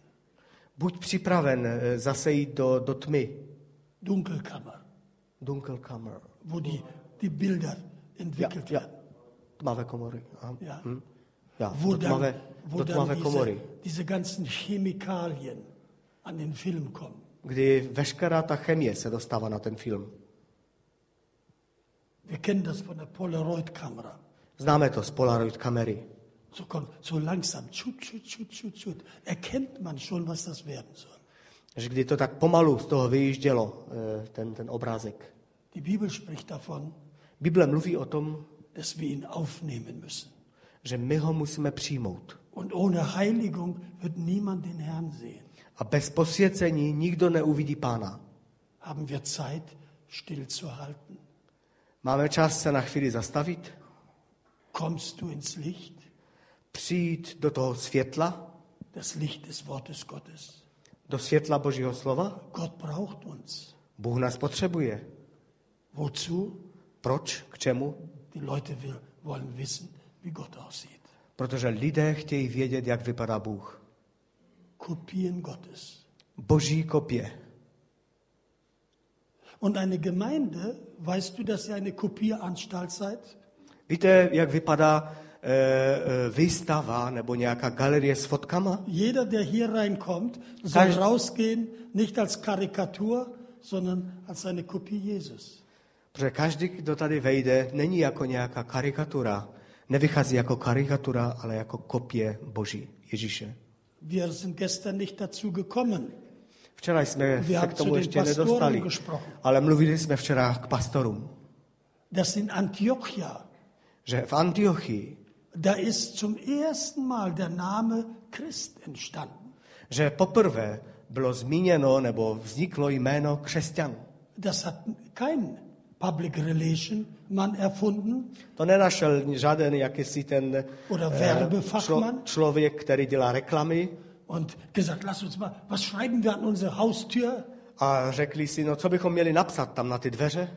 Buď připraven e, zase jít do, do tmy. Dunkelkammer, Dunkelkammer. wo die, die Bilder Ja, entwickelt ja. werden. Tmavé komory. Aha. Ja. Hm? Ja, Wo do tmavé, dann, wo do dann tmavé diese, komory. diese ganzen Chemikalien an den Film kommen. Kdy veškerá ta chemie se dostává na ten film. Wir kennen das von der Polaroid-Kamera. Známe to z Polaroid kamery. So, kommt, so langsam, tschut, tschut, tschut, tschut, tschut, erkennt man schon, was das werden soll. Že kdy to tak pomalu z toho vyjíždělo, e, ten, ten obrázek. Die Bibel spricht davon, Bible mluví o tom, dass wir ihn aufnehmen müssen. že my ho musíme přijmout. Und ohne Heiligung wird niemand den Herrn sehen. A bez posvěcení nikdo neuvidí pána. Haben wir Zeit, stillzuhalten? Máme čas se na chvíli zastavit, Kommst du ins Licht? přijít do toho světla, Das Licht des Wortes Gottes. do světla Božího slova. Gott braucht uns. Bůh nás potřebuje. Wozu? Proč? K čemu? Die Leute will, wollen wissen, wie Gott aussieht. Protože lidé chtějí vědět, jak vypadá Bůh. Kopien Gottes. Boží kopie. Und eine Gemeinde, weißt du, dass ihr eine Kopieanstalt seid? Víte, jak vypadá eh, eh, výstava nebo nějaká galerie s fotkama. Jeder, der hier reinkommt, soll Každý- rausgehen, nicht als Karikatur, sondern als eine Kopie Jesus. Protože každý, kdo tady vejde, není jako nějaká karikatura. Nevychází jako karikatura, ale jako kopie Boží, Ježíše. Wir sind gestern nicht dazu gekommen. Včera jsme Wir se k haben zu tomu den ještě Pastoren nedostali, gesprochen. ale mluvili jsme včera k pastorům, Das in Antiochia, že v Antiochii da ist zum ersten Mal der Name Christ entstanden. že poprvé bylo zmíněno nebo vzniklo jméno křesťanů. Das hat kein Public Relation Mann erfunden To nenašel žádný jakýsi ten Oder eh, Werbefachmann? člověk, který dělá reklamy und gesagt, lass uns mal, was schreiben wir an unsere Haustür? a řekli si, no co bychom měli napsat tam na ty dveře?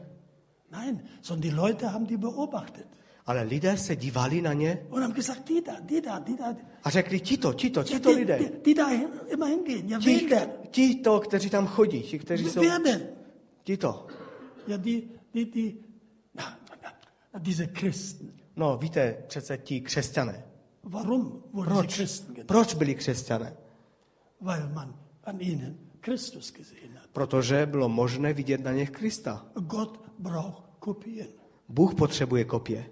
Nein, sondern die Leute haben die beobachtet Ale lidé se dívali na ně und haben gesagt, die da, die da, die da, die, a řekli, tito, tito, tito die, lidé, die, die da hin, immer hingehen. Ja, ti, wen denn? tito, kteří tam chodí, ti, kteří jsou, Wer denn? tito. Ja, die, die, die, na, na, na, diese Christen. No, víte, přece ti křesťané. Warum wurden sie Christen genannt? Proč byli křesťané? Weil man an ihnen Christus gesehen hat. Protože bylo možné vidět na něch Krista. Gott braucht Kopien. Bůh potřebuje kopie.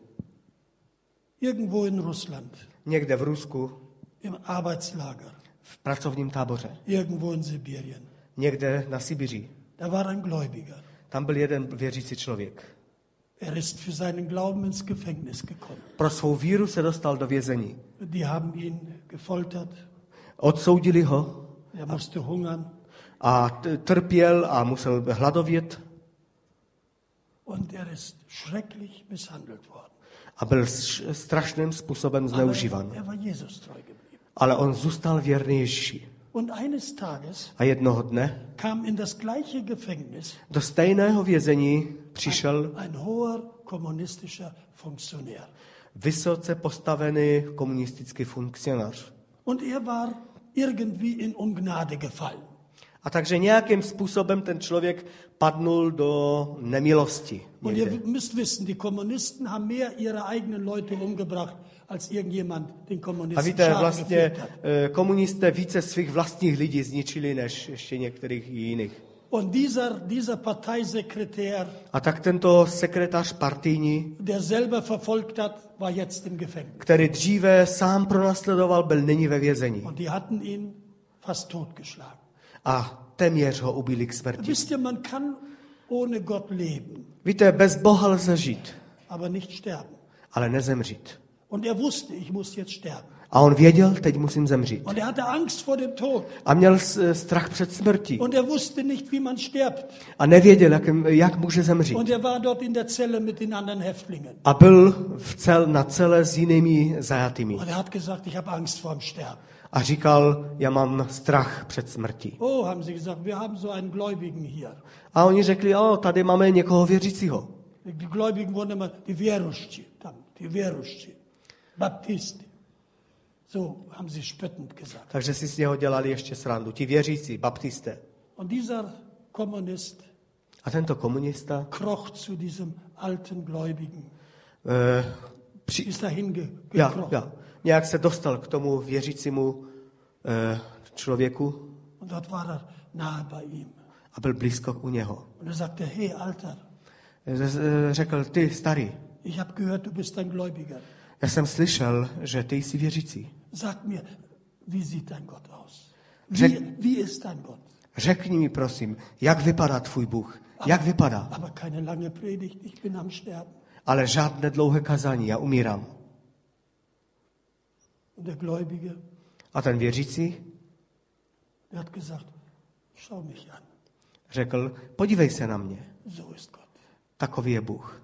Irgendwo in Russland, Někde v Rusku, im Arbeitslager, v pracovním táboře, irgendwo in Sibirien, někde na Sibiři. da war ein Gläubiger. Tam byl jeden věřící člověk. Er ist für seinen Glauben ins Gefängnis gekommen. Pro svou víru se dostal do vězení. Die haben ihn gefoltert. Odsoudili ho Er musste hungern. a t- trpěl a musel hladovět Und er ist schrecklich misshandelt worden. a byl š- strašným způsobem Aber zneužívan. er war Jesus treu geblieben. Ale on zůstal věrný Ježíši. Und eines Tages A jednoho dne kam in das gleiche Gefängnis do stejného vězení přišel ein hoher kommunistischer Funktionär. vysoce postavený komunistický funkcionář. Und er war irgendwie in Ungnade gefallen. A takže nějakým způsobem ten člověk padnul do nemilosti. Und Někde. ihr müsst wissen, die Kommunisten haben mehr ihre eigenen Leute umgebracht, als irgendjemand den A Kommunisten víte, Schaden vlastně gefügt hat. eh, komunisté více svých vlastních lidí zničili, než ještě některých jiných. Und dieser, dieser Parteisekretär, A tak tento sekretář partijní, der selber verfolgt hat, war jetzt im Gefängnis. který dříve sám pronásledoval, byl nyní ve vězení. Und die hatten ihn fast totgeschlagen. A téměř ho ubili k smrti. Wisst ihr, man kann ohne Gott leben, Víte, bez Boha lze žít, aber nicht sterben. ale nezemřít. Und er wusste, ich muss jetzt sterben. A on věděl, teď musím zemřít. Und er hatte Angst vor dem Tod. A měl s- strach před smrtí. Und er wusste nicht, wie man stirbt. A nevěděl, jak, jak může zemřít. Und er war dort in der Zelle mit den anderen Häftlingen. A byl v cel, na celé s jinými zajatými. Und er hat gesagt, ich habe Angst vor dem Sterben. A říkal, já mám strach před smrtí. Oh, haben sie gesagt, wir haben so einen Gläubigen hier. A oni řekli, o, tady máme někoho věřícího. Die Gläubigen wurden immer die Wieruschci, dann die Wieruschci, Baptisti. So haben sie spöttend gesagt. Takže si z něho dělali ještě srandu. Ti věřící, baptisté. Und dieser Kommunist A tento komunista kroch zu diesem alten Gläubigen, eh, při, ist dahin ge já, gekrochen. já, nějak se dostal k tomu věřícímu eh, člověku Und dort war er nahe bei ihm. a byl blízko u něho. Und er sagte, hey Alter, Z- eh, Řekl, ty starý, ich habe gehört, du bist ein Gläubiger. já jsem slyšel, že ty jsi věřící. Sag mir, wie sieht dein Gott aus? Wie, Jack- wie ist dein Gott? Řekni mi prosím, jak vypadá tvůj Bůh? Jak vypadá? Aber keine lange Predigt, ich bin am Sterben. Ale žádné dlouhé kazání, já umírám. Und der Gläubige, A ten věřící der hat gesagt, schau mich an, řekl, podívej se na mě, so ist Gott. takový je Bůh.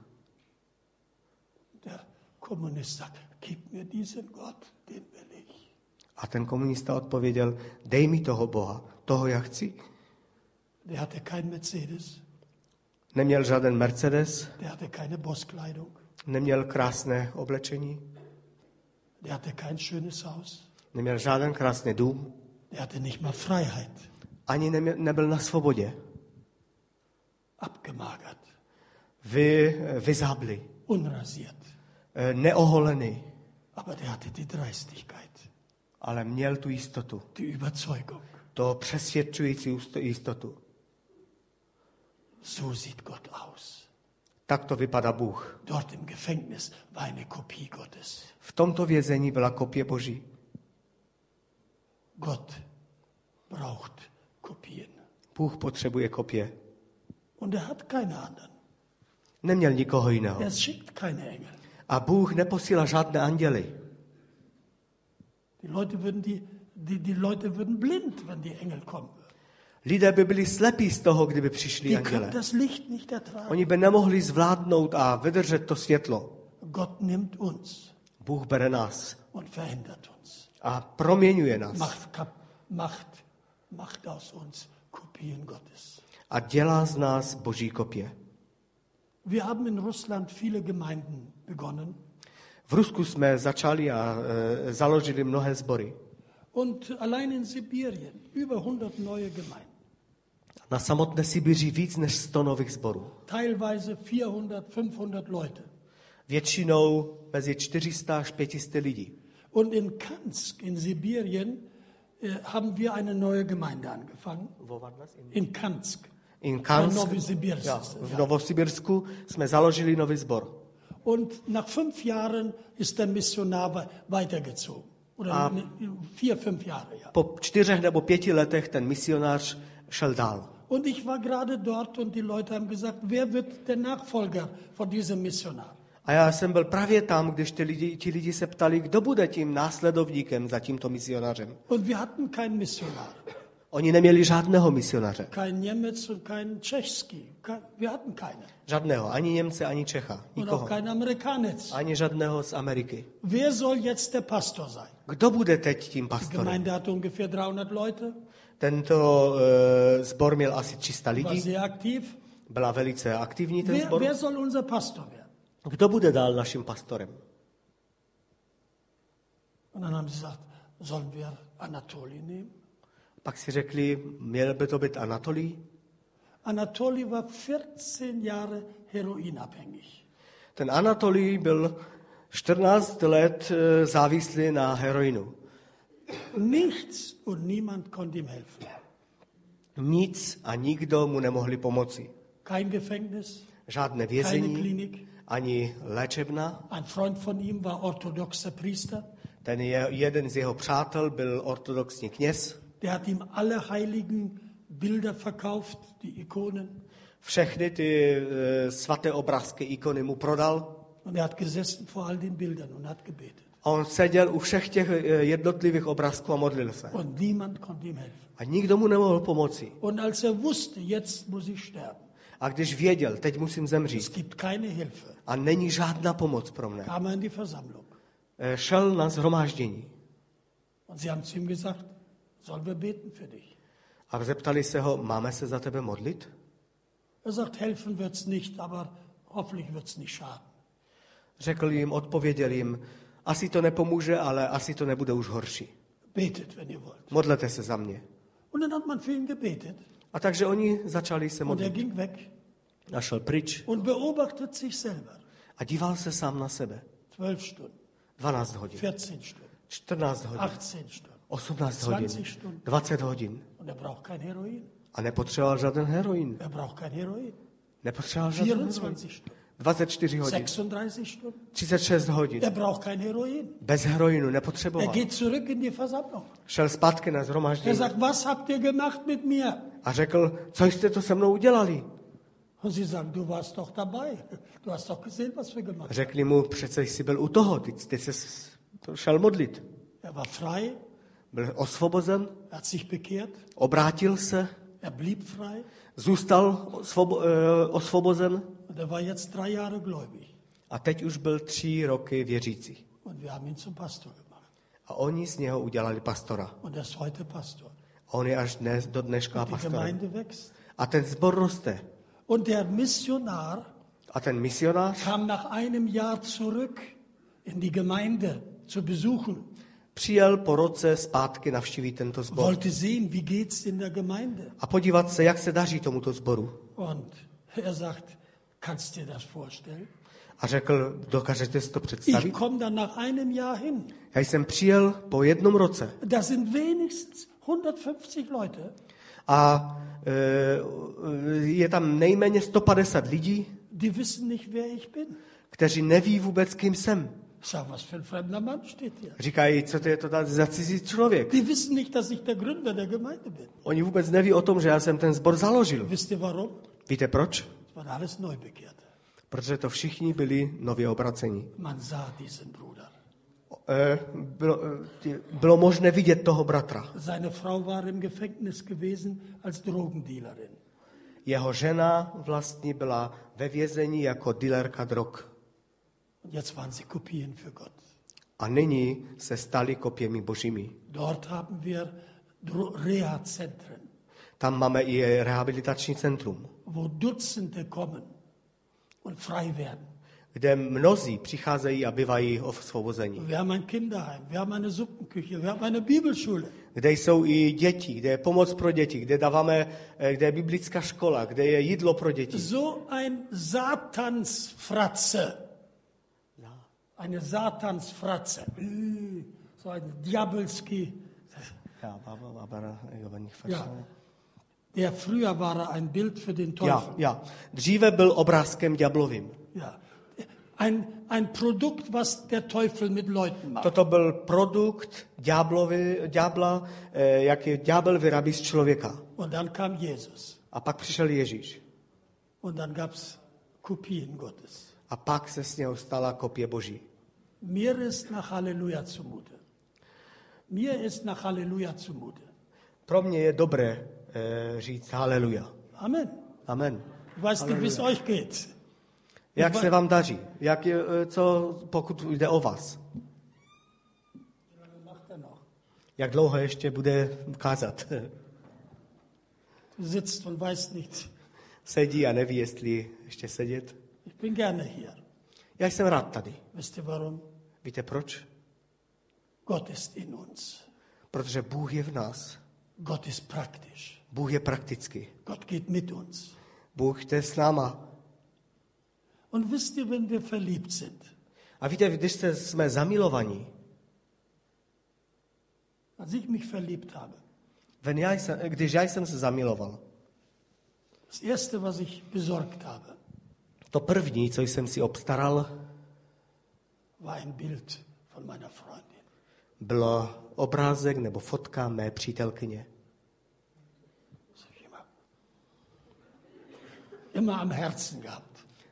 Der Kommunist sagt, gib mir diesen Gott, den will ich. A ten komunista odpověděl, dej mi toho Boha, toho já chci. Der hatte kein Mercedes, Neměl žádný Mercedes, der hatte keine Bosskleidung, neměl krásné oblečení, der hatte kein schönes Haus, neměl žádný krásný dům, der hatte nicht mal Freiheit, ani nemě, nebyl na svobodě. abgemagert, Vy, vyzábli, unrasiert. eh, neoholený, Aber der hatte die Dreistigkeit, ale měl tu jistotu, die Überzeugung. to přesvědčující jisto- jistotu. So sieht Gott aus. Tak to vypadá Bůh. Dort im Gefängnis war eine Kopie Gottes. V tomto vězení byla kopie Boží. Gott braucht Kopien. Bůh potřebuje kopie. Und er hat keine anderen. Neměl nikoho jiného. Er schickt keine Engel. A Bůh neposílá žádné anděly. Die Leute würden, die, die, die Leute würden blind, wenn die Engel kommen würden. Lidé by byli slepí z toho, kdyby Die přišli können anděle. das Licht nicht ertragen. Oni by nemohli zvládnout a vydržet to světlo. Gott nimmt uns Bůh bere nás und verändert uns. a proměňuje nás Macht, kap- macht, macht aus uns Kopien Gottes. a dělá z nás boží kopie. Wir haben in Russland viele Gemeinden begonnen V Rusku jsme začali a e, založili mnohé sbory. und allein in Sibirien über 100 neue Gemeinden. Na samotné Sibiři víc než 100 nových sborů. Teilweise 400, 500 Leute. Většinou mezi 400 až 500 lidí. Und in Kansk in Sibirien äh, haben wir eine neue Gemeinde angefangen. In Kansk. In Kansk, Novosibirsk. ja, v Novosibirsku jsme založili nový sbor. Und nach fünf Jahren ist der Missionar we- weitergezogen. Oder Ah. ne, vier, fünf Jahre, ja. Po čtyřech nebo pěti letech ten misionář šel dál. Und ich war gerade dort und die Leute haben gesagt, wer wird der Nachfolger von diesem Missionar? A já jsem byl právě tam, když ty lidi, ti lidi se ptali, kdo bude tím následovníkem za tímto misionářem. Und wir hatten keinen Missionar. Oni neměli žádného misionáře. Keinen Nemetz und keinen Tschechski. Ke- Wir hatten keinen. Žádného, ani Němce, ani Čecha. Und auch Nikoho. keinen Amerikanetz. Ani žádného z Ameriky. Wer soll jetzt der Pastor sein? Kdo bude teď tím Die pastorem? Gemeinde hatte ungefähr 300 Leute, Tento uh, sbor měl asi 300 war lidí, sehr aktiv. byla velice aktivní ten Wer, sbor. wer soll unser Pastor werden? Kdo bude dál naším pastorem? Und dann haben sie gesagt, sollen wir Anatoli nehmen? Pak si řekli, měl by to být Anatolí. Anatoli war 14 Jahre heroinabhängig. Ten Anatolí byl 14 let eh, závislý na heroinu. Nichts und niemand konnte ihm helfen. Nic a nikdo mu nemohli pomoci. Kein Gefängnis, keine Žádné vězení, Klinik. ani léčebna. Ein Freund von ihm war orthodoxer Priester. Ten je, jeden z jeho přátel byl ortodoxní kněz. Der hat ihm alle heiligen Bilder verkauft, die Ikonen. Všechny ty eh, svaté obrázky ikony mu prodal. Und er hat gesessen vor all den Bildern und hat gebetet. A on seděl u všech těch eh, jednotlivých obrázků a modlil se. Und niemand konnte ihm helfen. A nikdo mu nemohl pomoci. Und als er wusste, jetzt muss ich sterben, A když věděl, teď musím zemřít es gibt keine Hilfe, a není žádná pomoc pro mne, kam er in die Versammlung. eh, šel na zhromáždění Und sie haben zu ihm gesagt, sollen wir beten für dich? a zeptali se ho, máme se za tebe modlit? Er sagt, helfen wird's nicht, aber hoffentlich wird's nicht schaden. Řekl jim, odpověděl jim, asi to nepomůže, ale asi to nebude už horší. Betet, wenn ihr wollt. Modlete se za mě. Und dann hat man für ihn gebetet. A takže oni začali se Und er modlit. ging weg A šel pryč und beobachtet sich selber. a díval se sám na sebe. Zwölf Stunden, 12 hodin, 14 Stunden, 14 hodin, 18 Stunden. 18 20 hodin, Stunden. 20 hodin. Und er braucht kein Heroin. A nepotřeboval žádný heroin. Er braucht kein Heroin. Nepotřeboval žádný heroin. 24 Stunden, 24 hodin, 36 Stunden. 36 hodin. Er braucht kein Heroin. Bez heroinu Er nepotřeboval. geht zurück in die Versammlung. Šel zpátky na Er zhromaždění sagt, was habt ihr gemacht mit mir? a řekl, co jste to se mnou udělali? Und sie sagen, du warst doch dabei. Du hast doch gesehen, was wir gemacht haben. Řekli mu, přece jsi byl u toho, teď jste se s- to šel modlit. Er war frei, Byl osvobozen, er hat sich bekehrt, obrátil se, er blieb frei zůstal osvobo, eh, osvobozen und er war jetzt drei Jahre gläubig. a teď už byl tři roky věřící. Und wir haben ihn zum Pastor gemacht. A oni z něho udělali pastora. Und er ist heute Pastor. A on je až dnes, do dneška Die pastorem. Gemeinde wächst. A ten zbor roste. Und der Missionar A ten misionář kam nach einem Jahr zurück in die Gemeinde zu besuchen, přijel po roce zpátky navštívit tento zbor wollte sehen, wie geht's in der Gemeinde. a podívat se, jak se daří tomuto zboru. Und er sagt, Kannst du dir das vorstellen? A řekl, dokážete si to Ich představit? komme dann nach einem Jahr hin. Já jsem přijel po jednom roce Da sind wenigstens 150 Leute, a e, je tam nejméně 150 lidí, die wissen nicht, wer ich bin. kteří neví vůbec, kým jsem. Sag, was für ein fremder Mann steht hier. Říkají, co to je to tady za cizí člověk. Die wissen nicht, dass ich der Gründer der Gemeinde bin. Oni vůbec neví o tom, že já jsem ten sbor založil. Wisst ihr warum? Víte proč? Es waren alles Neubekehrte. Protože to všichni byli nově obracení. Man sah diesen Bruder. E, bylo, e, ty- bylo možné vidět toho bratra. Seine Frau war im Gefängnis gewesen als Drogendealerin. Jeho žena vlastně byla ve vězení jako dealerka drog. Und jetzt waren sie Kopien für Gott. A nyní se stali kopěmi božími. Dort haben wir Dro- Reha-Zentren, Tam máme i rehabilitační centrum, wo Dutzende kommen und frei werden. kde mnozí přicházejí a bývají osvobození. Wir haben ein Kinderheim, wir haben eine Suppenküche, wir haben eine Bibelschule. Kde jsou i děti, kde je pomoc pro děti, kde dáváme, eh, kde je biblická škola, kde je jídlo pro děti. So ein Satansfratze. Eine Satansfratze. Äh, So ein Diabelski. Já, Pavel, Barbara, Jovaník, Ja. Der früher war er ein Bild für den já, Teufel. já. Dříve byl obrázkem ďáblovým. Ja. Ein, ein Produkt, was der Teufel mit Leuten macht. Toto byl produkt ďáblovi, ďábla, eh, jak je ďábel vyrábí z člověka. Und dann kam Jesus. A pak přišel Ježíš. Und dann gab es Kopien Gottes. A pak se s něho stala kopie Boží. Mir ist nach Halleluja zumute. Mir ist nach Halleluja zumute. Pro mě je dobré eh, říct haleluja. Amen. Amen. Ich weiß nicht, wie es euch geht. Jak se vám daří? Jak je, eh, co, pokud jde o vás? Macht er noch. Jak dlouho ještě bude kázat? Du sitzt und weißt nicht. Sedí a neví, jestli ještě sedět. Ich bin gerne hier. Já jsem rád tady. Wisst ihr warum? Víte proč? Gott ist in uns. Protože Bůh je v nás. Gott ist praktisch. Bůh je praktický. Gott geht mit uns. Bůh jde s náma. Und wisst ihr, wenn wir verliebt sind, A víte, když se, jsme zamilovaní, als ich mich verliebt habe, ven já jsem, eh, když já jsem se zamiloval, das Erste, was ich besorgt habe, to první, co jsem si obstaral, war ein Bild von meiner Freundin. bylo obrázek nebo fotka mé přítelkyně. Das habe ich immer, immer am Herzen gehabt.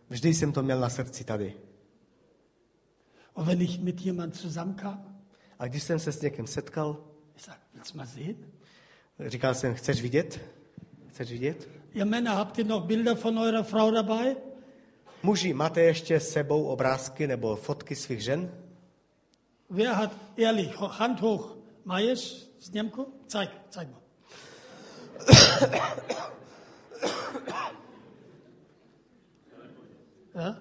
Vždy jsem to měl na srdci tady. Und wenn ich mit jemand zusammenkam, A když jsem se s někým setkal, ich sagte, willst du mal sehen? říkal jsem, chceš vidět? Chceš vidět? Ihr Männer, habt ihr noch Bilder von eurer Frau dabei? Muži, máte ještě s sebou obrázky nebo fotky svých žen? Wer hat, ehrlich, ho- Hand hoch, Majesch, Snemko, zeig, zeig mal. ja?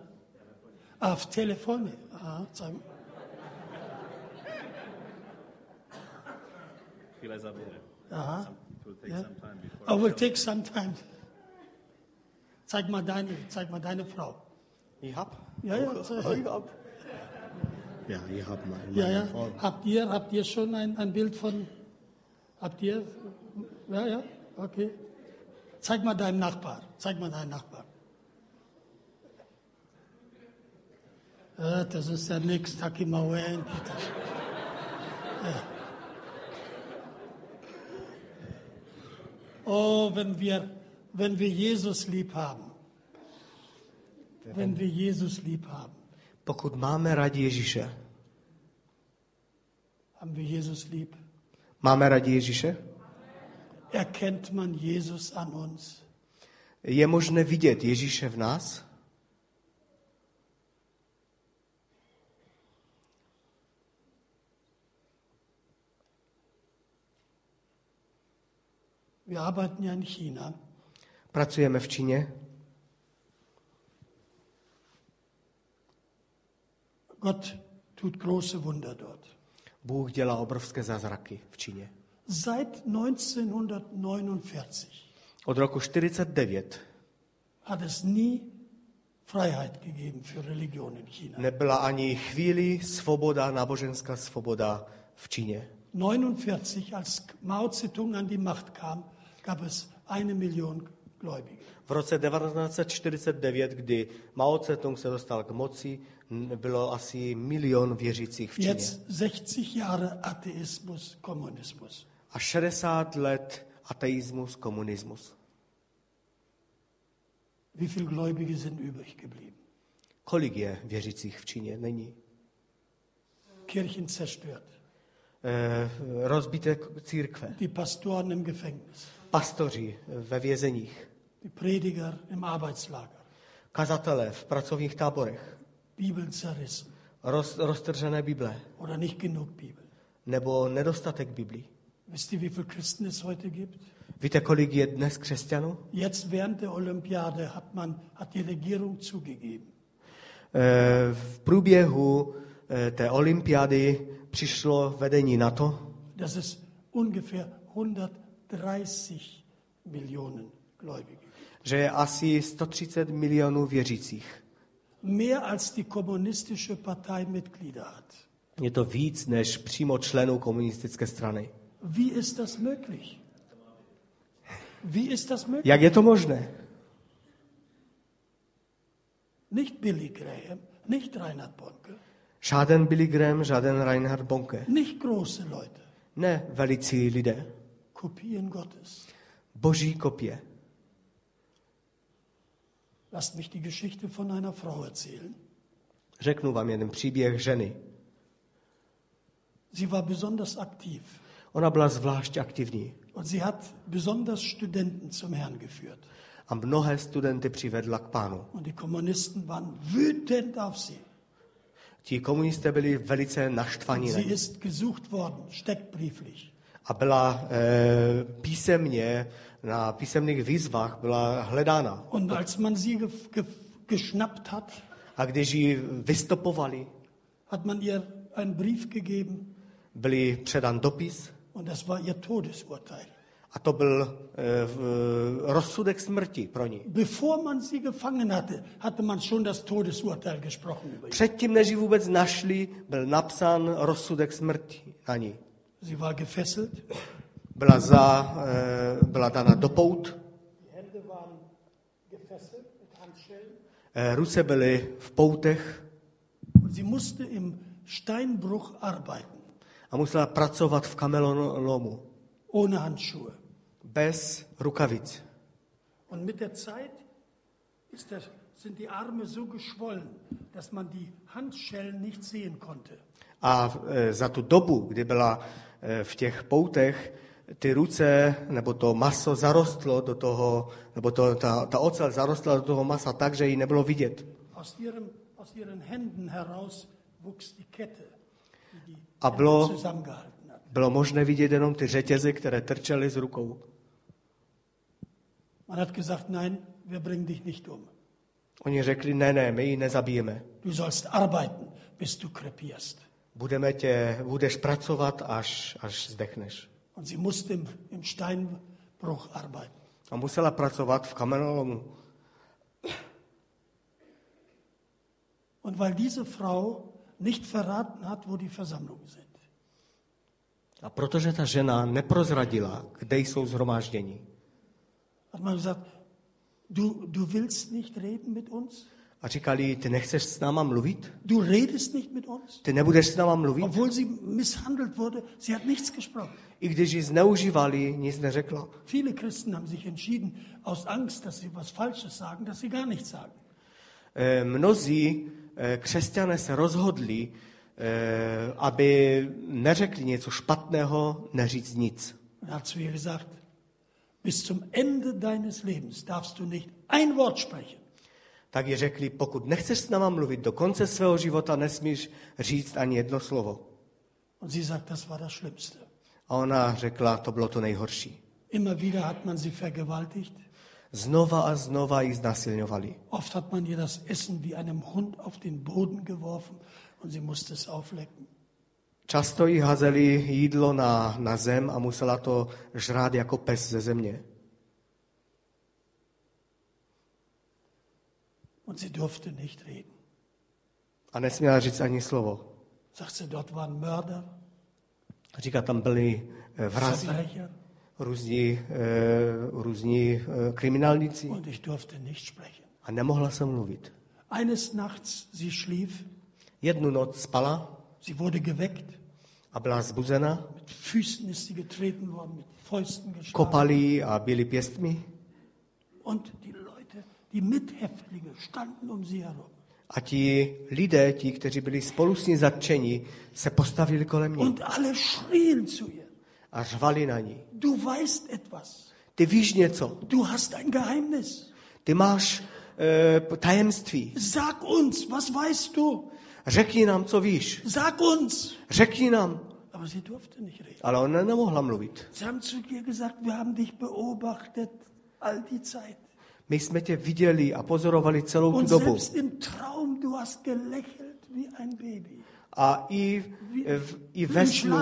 Auf Telefone, aha, zeig mal. Chwilę zabierę. Aha. It will take some time before. I will take some time. Zeig mal deine, zeig mal deine Frau. Ich hab. Ja, ja, zeig. Ja, ich hab mal. Ja, ja. Habt ihr, habt ihr schon ein, ein Bild von. Habt ihr? Ja, ja, okay. Zeig mal deinem Nachbar. Zeig mal deinen Nachbar. Ja, Äh, das ist ja nix, Taki Mauen. Oh, wenn wir, wenn wir Jesus lieb haben. Wenn wir Jesus lieb haben. Pokud máme rádi Ježíše, Haben wir Jesus lieb? máme rádi Ježíše? Erkennt man Jesus an uns? Je možné vidět Ježíše v nás? Wir arbeiten ja in China. Pracujeme v Číně. Gott tut große Wunder dort. Bůh dělá obrovské zázraky v Číně. Seit 1949 Od roku 49 hat es nie Freiheit gegeben für Religion in China. Nebyla ani chvíli svoboda, náboženská svoboda v Číně. 49, als Mao Zedong an die Macht kam, gab es eine Million Gläubige. V roce 1949, kdy Mao Tse-tung se dostal k moci, n- bylo asi milion věřících v Číně. Jetzt 60 Jahre Atheismus, Kommunismus. A 60 let ateismus, komunismus. Wie viele Gläubige sind übrig geblieben? Kolik je věřících v Číně? Není. Kirchen zerstört, E, rozbité k- církve, die Pastoren im Gefängnis, pastoři eh, ve vězeních, die Prediger im Arbeitslager, kazatelé v pracovních táborech, Bibeln zerrissen roz, roztržené Bible oder nicht genug Bibeln. nebo nedostatek Biblí. Wisst ihr, wie viele Christen es heute gibt? Víte, kolik je dnes křesťanů? Jetzt während der Olympiade hat, man, hat die Regierung zugegeben, E, V průběhu e, té olympiády přišlo vedení NATO, dass es ungefähr 130 Millionen Gläubige gibt. že je asi 130 milionů věřících. Mehr als die kommunistische Partei Mitglieder hat. Je to víc než přímo členů komunistické strany. Wie ist das möglich? Wie ist das möglich? Jak je to možné? Nicht Billy Graham, nicht Reinhard Bonke, Žáden Billy Graham, žáden Reinhard Bonke. nicht große Leute. Ne velicí lidé. Kopien Gottes. Boží kopie. Lasst mich die Geschichte von einer Frau erzählen. Řeknu vám jeden příběh ženy. Sie war besonders aktiv Ona byla zvlášť aktivní und sie hat besonders Studenten zum Herrn geführt. a mnohé studenty přivedla k pánu. Und die Kommunisten waren wütend auf sie. Ti komunisté byli velice naštvaní na Sie ní ist gesucht worden, steckbrieflich. a byla e, písemně, na písemných výzvách byla hledána. Und als man sie ge ge geschnappt hat, A když ji vystopovali, hat man ihr einen Brief gegeben byli předan dopis und das war ihr Todesurteil. a to byl e, v, rozsudek smrti pro ní. Bevor man sie gefangen hatte, hatte man schon das Todesurteil gesprochen über sie. Předtím, než ji vůbec našli, byl napsán rozsudek smrti na ní. Sie war gefesselt, Byla, za, e, byla dána do pout, gefesselt mit Handschellen. e, ruce byly v poutech Und sie musste im Steinbruch arbeiten, a musela pracovat v kamelolomu ohne Handschuhe. bez rukavic. Und mit der Zeit ist das, sind die Arme so geschwollen, dass man die Handschellen nicht sehen konnte. A e, za tu dobu, kdy byla e, v těch poutech, ty ruce nebo to maso zarostlo do toho, nebo to, ta, ta ocel zarostla do toho masa tak, že ji nebylo vidět. Aus, ihrem, aus ihren Händen heraus wuchs die Kette, die die Ablo- Hände zusammengehalten hat. Bylo možné vidět jenom ty řetězy, které trčely z rukou. Man hat gesagt, nein, wir bringen dich nicht um. Oni řekli, ne, ne, my ji nezabijeme. Du sollst arbeiten, bis du krepierst. Budeme tě, budeš pracovat, až, až zdechneš. Und sie musste im, im Steinbruch arbeiten. A musela pracovat v kamenolomu. Und weil diese Frau nicht verraten hat, wo die Versammlungen sind, A protože ta žena neprozradila, kde jsou zhromáždění, hat man gesagt, du, du willst nicht reden mit uns? a říkali, jí, ty nechceš s náma mluvit? Du redest nicht mit uns? Ty nebudeš s náma mluvit? Obwohl sie misshandelt wurde, sie hat nichts gesprochen. I když ji zneužívali, nic neřekla. Viele Christen haben sich entschieden, aus Angst, dass sie was Falsches sagen, dass sie gar nichts sagen. E, Mnozí e, křesťané se rozhodli, e, aby neřekli něco špatného, neříct nic. Und hat zu ihr gesagt, bis zum Ende deines Lebens darfst du nicht ein Wort sprechen. Tak ji řekli, pokud nechceš s náma mluvit do konce svého života, nesmíš říct ani jedno slovo. Und sie sagt, das war das Schlimmste. A ona řekla, to bylo to nejhorší. Immer wieder hat man sie vergewaltigt. Znova a znova ji znasilňovali. Oft hat man ihr das Essen wie einem Hund auf den Boden geworfen und sie musste es auflecken. Často jí hazeli jídlo na, na zem a musela to žrát jako pes ze země. und sie durfte nicht reden. a nesměla říct ani slovo. Sagt sie, dort waren Mörder, Říká, tam byli eh, vrazi, Verbrecher různí, eh, různí eh, kriminálníci und ich durfte nicht sprechen. a nemohla se mluvit. Eines Nachts, sie schlief, Jednu noc spala sie wurde geweckt, a byla zbuzena, mit Füßen ist sie getreten worden, mit Fäusten geschlagen. kopali ji a byli pěstmi Und die Leute, die Mithäftlinge, standen um sie herum. a ti lidé, ti, kteří byli spolu s ní zatčeni, se postavili kolem ní Und alle schrien zu ihr, a řvali na ní. du weißt etwas, Ty víš něco, du hast ein Geheimnis. ty máš eh, tajemství, Sag uns, was weißt du? řekni nám, co víš, Sag uns. řekni nám. Aber sie durfte nicht reden. Ale ona nemohla mluvit. Sie haben zu ihr gesagt, wir haben dich beobachtet all die Zeit. My jsme tě viděli a pozorovali celou tu Und dobu. selbst im Traum, du hast gelächelt wie ein Baby. A i, v- i, ve, snu,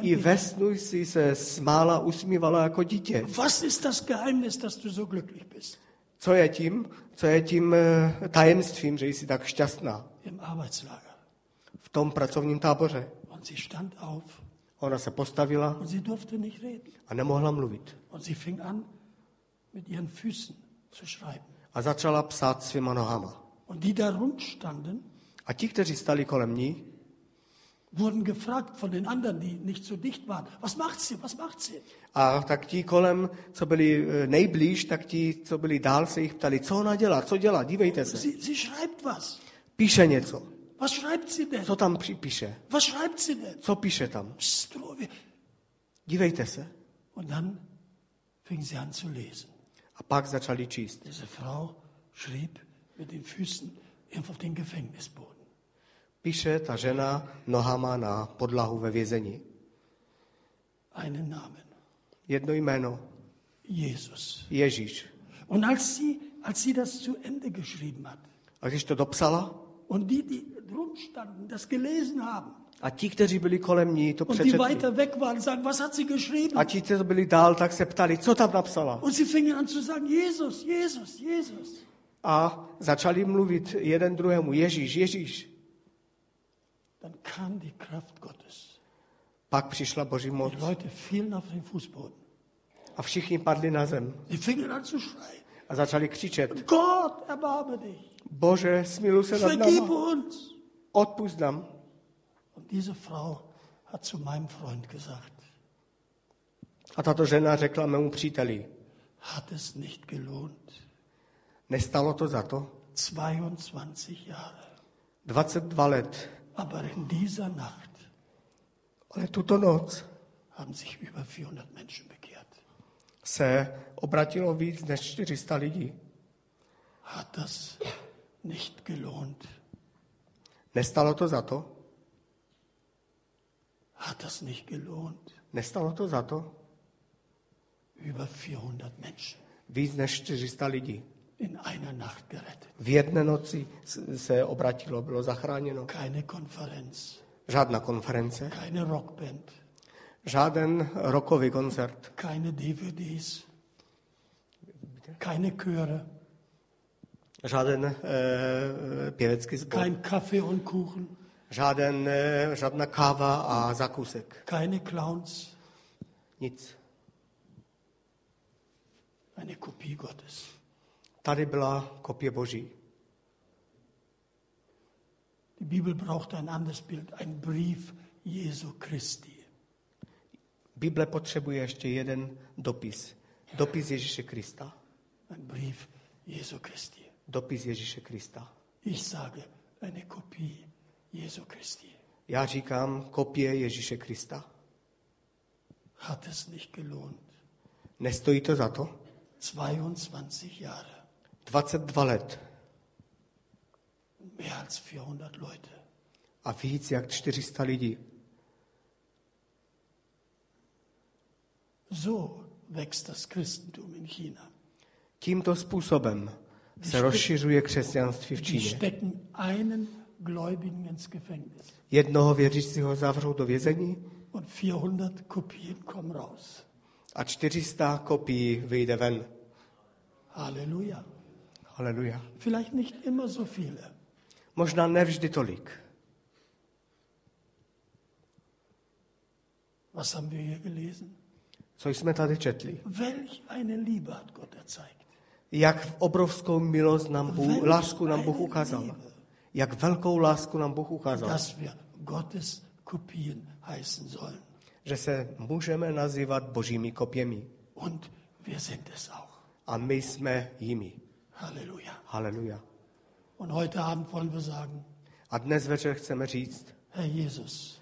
i ve snu jsi se smála, usmívala jako dítě. Was ist das Geheimnis, dass du so glücklich bist? Co je tím? Co je tím eh, tajemstvím, že jsi tak šťastná Im Arbeitslager. v tom pracovním táboře? Und sie stand auf Ona se postavila und sie durfte nicht reden. a nemohla mluvit. Und sie fing an, mit ihren Füßen zu schreiben. A začala psát svýma nohama. Und die da rumstanden, A ti, kteří stali kolem ní, wurden gefragt von den anderen, die nicht so dicht waren. Was macht sie? Was macht sie? a tak ti kolem, co byli eh, nejblíž, tak ti, co byli dál, se jich ptali, co ona dělá, co dělá, dívejte se. Sie, sie schreibt was. Píše něco. Was schreibt sie denn? Co tam připíše? Was schreibt sie denn? Co píše tam? Psst, Ruhe. Dívejte se. Und dann fing sie an zu lesen. A pak začali číst. Diese Frau schrieb mit den Füßen auf den Gefängnisboden. Píše ta žena nohama na podlahu ve vězení. Einen Namen. Jedno jméno, Jesus. Ježíš. Und als sie, als sie das zu Ende geschrieben hat A když to dopsala, und die, die rumstanden, das gelesen haben a ti, kteří byli kolem ní, to und die přečetli. weiter weg waren, sagen, was hat sie geschrieben? A ti, kteří byli dál, tak se ptali, co tam napsala. Und sie fingen an zu sagen, Jesus, Jesus, Jesus. A začali mluvit jeden druhému, Ježíš, Ježíš. Dann kam die Kraft Gottes. Pak přišla boží moc Die Leute fielen auf den Fußboden. a všichni padli na zem Sie fingen an zu schreien. a začali křičet, Gott, erbarme dich. Bože, smiluj se nad Vergib náma, uns. odpust nám. Und diese Frau hat zu meinem Freund gesagt, A tato žena řekla mému příteli, hat es nicht gelohnt? nestalo to za to? 22 Jahre. 22 let, Aber in dieser Nacht ale tuto noc haben sich über 400 Menschen bekehrt. se obratilo víc než 400 lidí. Hat das nicht gelohnt? Nestalo to za to? Hat das nicht gelohnt? Nestalo to za to? Über 400 Menschen Víc než 400 lidí. in einer Nacht gerettet. V jedné noci s- se obratilo, bylo zachráněno. Keine Konferenz, Žádná konference, keine Rockband, žáden rokový koncert, keine DVDs, keine Chöre, žáden eh, pěvecký sbor, kein Kaffee und Kuchen, žáden, eh, žádná káva a zakusek. keine Clowns, Nic. eine Kopie Gottes. Tady byla kopie boží. Die Bibel braucht ein anderes Bild, ein Brief Jesu Christi. Bible potřebuje ještě jeden dopis. Dopis Ježíše Krista. Ein Brief Jesu Christi. Dopis Ježíše Krista. Ich sage, eine Kopie Jesu Christi. Já říkám kopie Ježíše Krista. Hat es nicht gelohnt. Nestojí to za to? 22 Jahre, 22 let mehr als 400 Leute. a víc jak 400 lidí. So wächst das Christentum in China. Tímto způsobem se rozšiřuje křesťanství v Die Číně. stecken einen Gläubigen ins Gefängnis Jednoho věřícího zavřou do vězení und 400 Kopien kommen raus. a 400 kopií vyjde ven. Halleluja. Haleluja. Vielleicht nicht immer so viele. Možná nevždy tolik. Was haben wir hier gelesen? Co jsme tady četli? Welch eine Liebe hat Gott erzeigt. Jak obrovskou milost nám Bůh, Velmi lásku nám Bůh tajemný. ukázal. Jak velkou lásku nám Bůh ukázal. dass wir Gottes Kopien heißen sollen. Že se můžeme nazývat božími kopěmi. Und wir sind es auch. A my jsme jimi. Halleluja. Haleluja. Und heute Abend wollen wir sagen, A dnes večer chceme říct, Herr Jesus,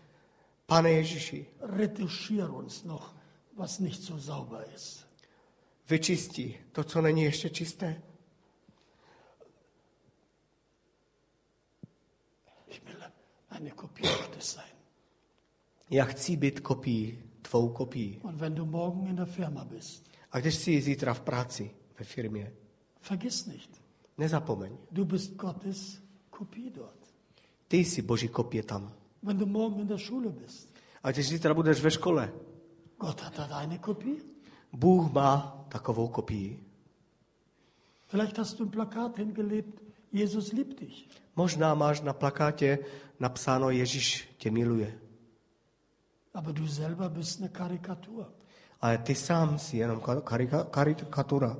pane Ježíši, retuschiere uns noch, was nicht so sauber ist. vyčisti to, co není ještě čisté. Ich will eine Kopie Gottes sein. Já chci být kopií, tvou kopií. Und wenn du morgen in der Firma bist, A když jsi zítra v práci, ve firmě, vergiss nicht, nezapomeň, du bist Gottes Kopie dort. ty jsi boží kopie tam. Wenn du morgen in der Schule bist, A když zítra budeš ve škole, Gott hat da deine Kopie. Bůh má takovou kopii. Vielleicht hast du ein Plakat hingelebt, Jesus liebt dich. Možná máš na plakátě napsáno Ježíš tě miluje, Aber du selber bist eine Karikatur. ale ty sám jsi jenom ka- karika- karikatura.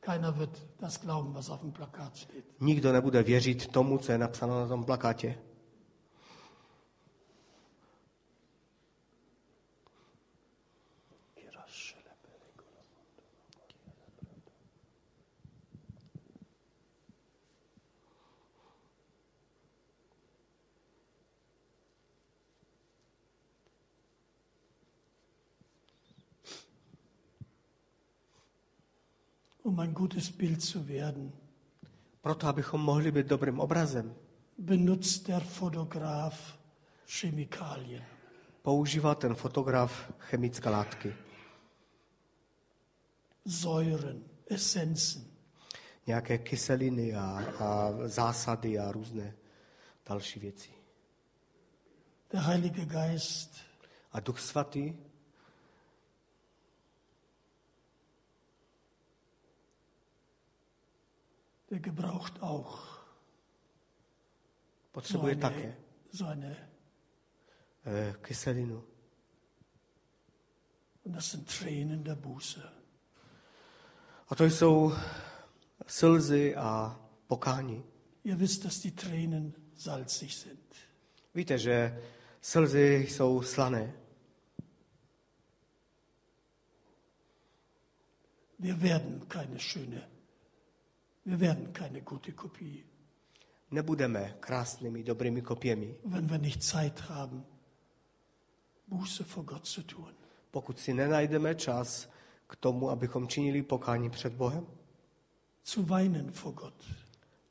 Keiner wird das glauben, was auf dem Plakat steht. Nikdo nebude věřit tomu, co je napsáno na tom plakátě. Um ein gutes Bild zu werden, Proto, abychom mohli být dobrým obrazem, benutzt der Fotograf Chemikalien. používá ten fotograf chemické látky. Säuren, Essenzen, Nějaké kyseliny a, a zásady a různé další věci. der Heilige Geist, A Duch Svatý der gebraucht auch so potřebuje eine, také so eine eh, kyselinu. und das sind Tränen der Buße. A to jsou slzy a pokání. Ihr wisst, dass die Tränen salzig sind. Víte, že slzy jsou slané. Wir werden keine schöne, wir werden keine gute Kopie, Nebudeme krásnými, dobrými kopěmi, wenn wir nicht Zeit haben, Buße vor Gott zu tun. pokud si nenajdeme čas k tomu, abychom činili pokání před Bohem zu weinen vor Gott.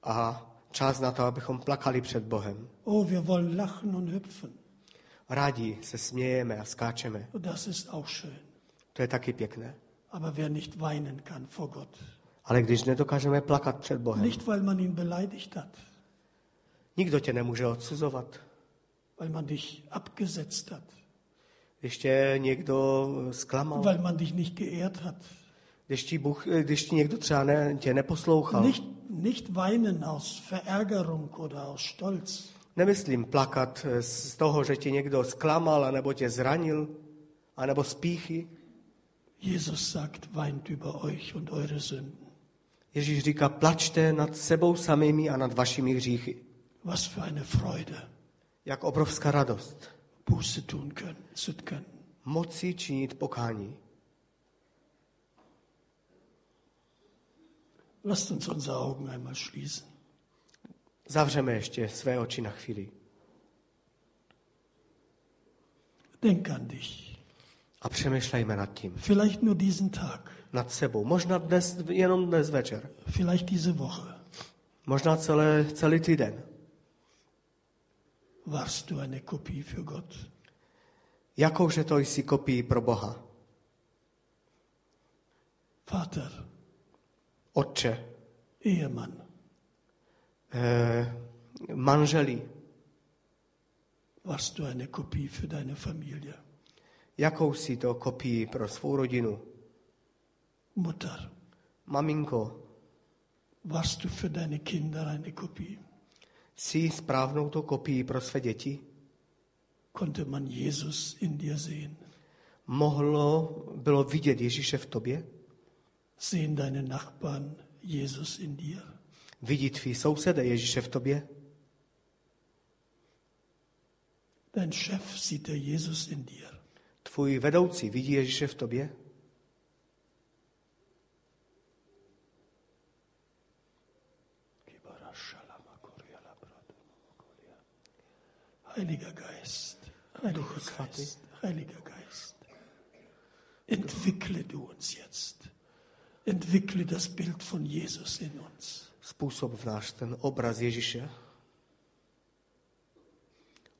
a čas na to, abychom plakali před Bohem. Oh, wir wollen lachen und hüpfen. Rádi se smějeme a skáčeme. Und das ist auch schön. To je taky pěkné. Aber wer nicht weinen kann vor Gott, Ale když nedokážeme plakat před Bohem, nicht weil man ihn beleidigt hat, nikdo tě nemůže odsuzovat. weil man dich abgesetzt hat, Když tě někdo zklamal, weil man dich nicht geehrt hat. Když ti, Bůh, když ti někdo třeba ne, tě neposlouchal, Nicht, nicht weinen aus Verärgerung oder aus Stolz, nemyslím plakat eh, z toho, že ti někdo zklamal, anebo tě zranil, anebo spíchy. Jesus sagt, weint über euch und eure Sünden. Ježíš říká, plačte nad sebou samými a nad vašimi hříchy. Was für eine Freude, Jak obrovská radost. Buße tun können, zu können. Moci činit pokání. Lasst uns unsere Augen einmal schließen. Zavřeme ještě své oči na chvíli Denk an dich. a přemýšlejme nad tím. Vielleicht nur diesen Tag, Nad sebou. Možná dnes, jenom dnes večer. vielleicht diese Woche. Možná celé, celý týden. Warst du eine Kopie für Gott? Jakouže to jsi kopii pro Boha? Vater, Otče, Ehemann, eh, manželí, warst du eine Kopie für deine Familie? jakou si to kopii pro svou rodinu. Mutter, Maminko, warst du für deine Kinder eine Kopie. Jsi správnou to kopií pro své děti? Konnte man Jesus in dir sehen? Mohlo, bylo vidět Ježíše v tobě? Sehen deine Nachbarn Jesus in dir? Vidí tvý sousede Ježíše v tobě? Dein Chef sieht der Jesus in dir. Tvůj vedoucí vidí Ježíše v tobě? Heiliger Geist, Heiliger Geist, Heiliger Geist, entwickle du uns jetzt. Entwickle das Bild von Jesus in uns. Způsob v náš ten obraz Ježíše.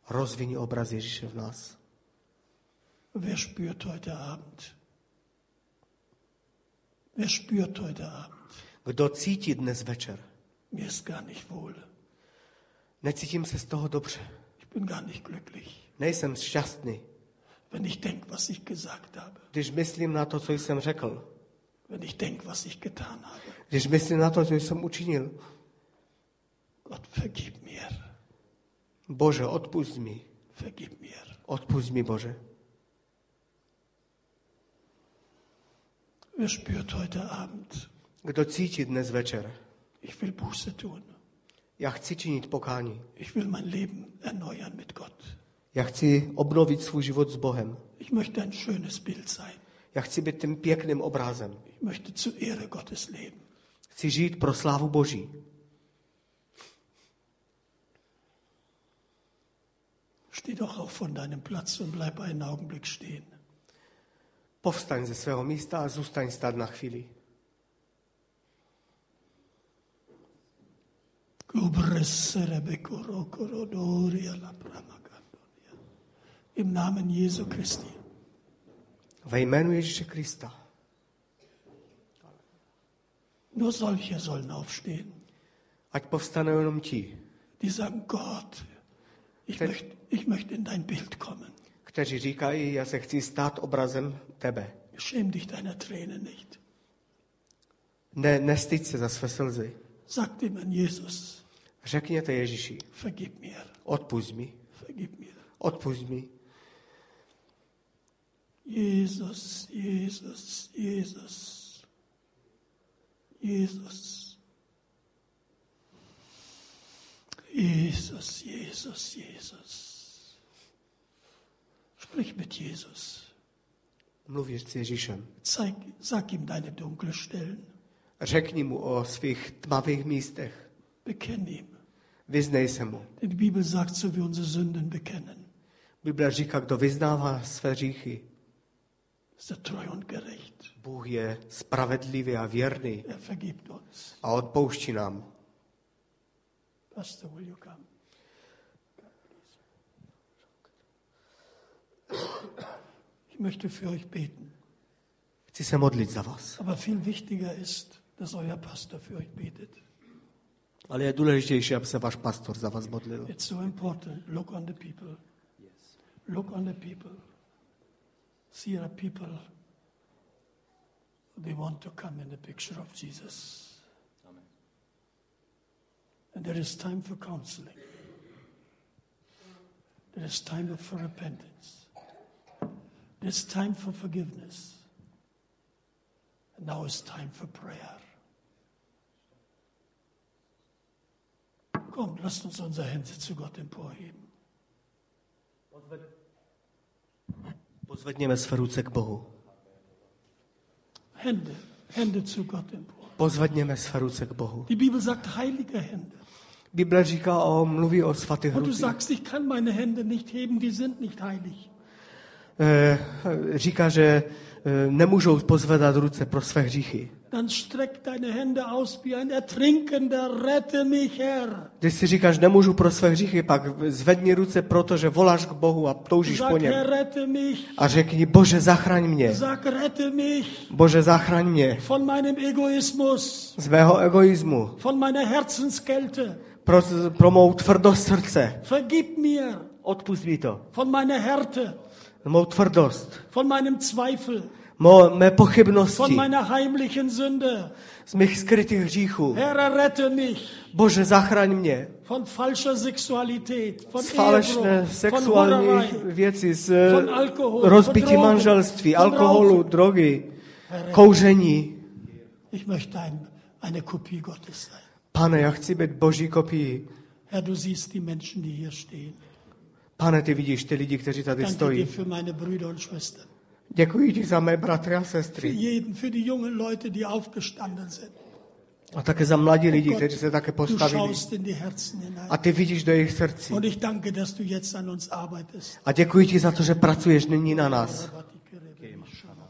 Rozvini obraz Ježíše v nás. Wer spürt heute Abend? Wer spürt heute Abend? Kdo cítí dnes večer? Mir ist gar nicht wohl. Necítím se z toho dobře. Ich bin gar nicht glücklich, Nejsem šťastný, wenn ich denke, was ich gesagt habe, když myslím na to, co jsem řekl. wenn ich denke, was ich getan habe. Když myslím na to, co jsem učinil. Gott, vergib mir, Bože, odpust mi. vergib mir. Odpust mi, Bože. Wer spürt heute Abend? Kdo cítí dnes večer? Ich will Buße tun. Já chci činit pokání. Ich will mein Leben erneuern mit Gott. Já chci obnovit svůj život s Bohem. Ich möchte ein schönes Bild sein. Já chci být tím pěkným obrazem. Ich möchte zur Ehre Gottes leben. Chci žít pro slávu Boží. Steh doch auf von deinem Platz und bleib einen Augenblick stehen. Povstaň ze svého místa a zůstaň stát na chvíli. Im Namen Jesu Christi. Ve jménu Ježíše Krista. Nur solche sollen aufstehen, Ať povstane jenom ti, die sagen, Gott, ich Te- möchte, ich möchte in dein Bild kommen. kteří říkají, já se chci stát obrazem tebe. Schäm dich deiner Träne nicht. Ne, nestyď se za své slzy. Sag dem an Jesus, Řekněte Ježíši, vergib mir, odpust mi, vergib mir. odpust mi. Jesus, Jesus, Jesus, Jesus, Jesus, Jesus, Jesus. Sprich mit Jesus. Mluvíš s Ježíšem. Zeig, sag ihm deine dunklen Stellen. Řekni mu o svých tmavých místech. Bekenn ihm. Vyznej se mu. Denn die Bibel sagt, so wie unsere Sünden bekennen, Bible říká, kdo vyznává své říchy, ist er treu und gerecht. Bůh je spravedlivý a věrný Er vergibt uns. a odpouští nám. Pastor, will you come? Ich möchte für euch beten. Chci se modlit za vás. Aber viel wichtiger ist, dass euer Pastor für euch betet. Ale je důležitější, aby se váš pastor za vás modlil. It's so important. Look on the people. Look on the people. See the people. They want to come in the picture of Jesus. And there is time for counseling. There is time for repentance. There's time for forgiveness. And now is time for prayer. Komm, lasst uns unsere Hände zu Gott emporheben. Pozvedněme své ruce k Bohu. Hände, Hände zu Gott empor. Pozvedněme své ruce k Bohu. Die Bibel sagt heilige Hände. Bible říká o, mluví o svatých Und du rucích. sagst, ich kann meine Hände nicht heben, die sind nicht heilig. Eh, Říká, že eh, nemůžou pozvedat ruce pro své hříchy. Dann streck deine Hände aus wie ein Ertrinkender, rette mich, Herr. Když si říkáš, nemůžu pro své hříchy, pak zvedni ruce, protože voláš k Bohu a toužíš po Sag, něm. Herr, rette mich. A řekni, Bože, zachraň mě. Sag, rette mich Bože, zachraň mě von meinem Egoismus, z mého egoismu, von meiner Herzenskälte. pro, pro mou tvrdost srdce. Vergib mir Odpust mi to. von meiner Härte, Mou tvrdost, von meinem Zweifel, Mo, mé von pochybnosti, meiner heimlichen Sünde. z mých skrytých hříchů. Herr, errette mich Bože, zachraň mě von falscher Sexualität, von z falešné Ehebruch, von Hurerei. sexuální věci, z eh, Von alkoholu, von rozbití drogen, manželství, von alkoholu, rauchen. drogy, kouření. Ich möchte ein, eine Kopie Gottes sein. Pane, já chci být boží kopií. Herr, du siehst die Menschen, die hier stehen. Pane, ty vidíš ty lidi, kteří tady Danke dir stojí. für meine Brüder und Schwestern. Děkuji ti za mé bratry a Für sestry. jeden, für die jungen Leute, die aufgestanden sind. Oh A také za mladí lidi, Gott, kteří se také du postavili. schaust in die Herzen hinein. A ty vidíš do jejich srdcí. Und ich danke, dass du jetzt an uns arbeitest. A děkuji ti za to, že pracuješ nyní na nás.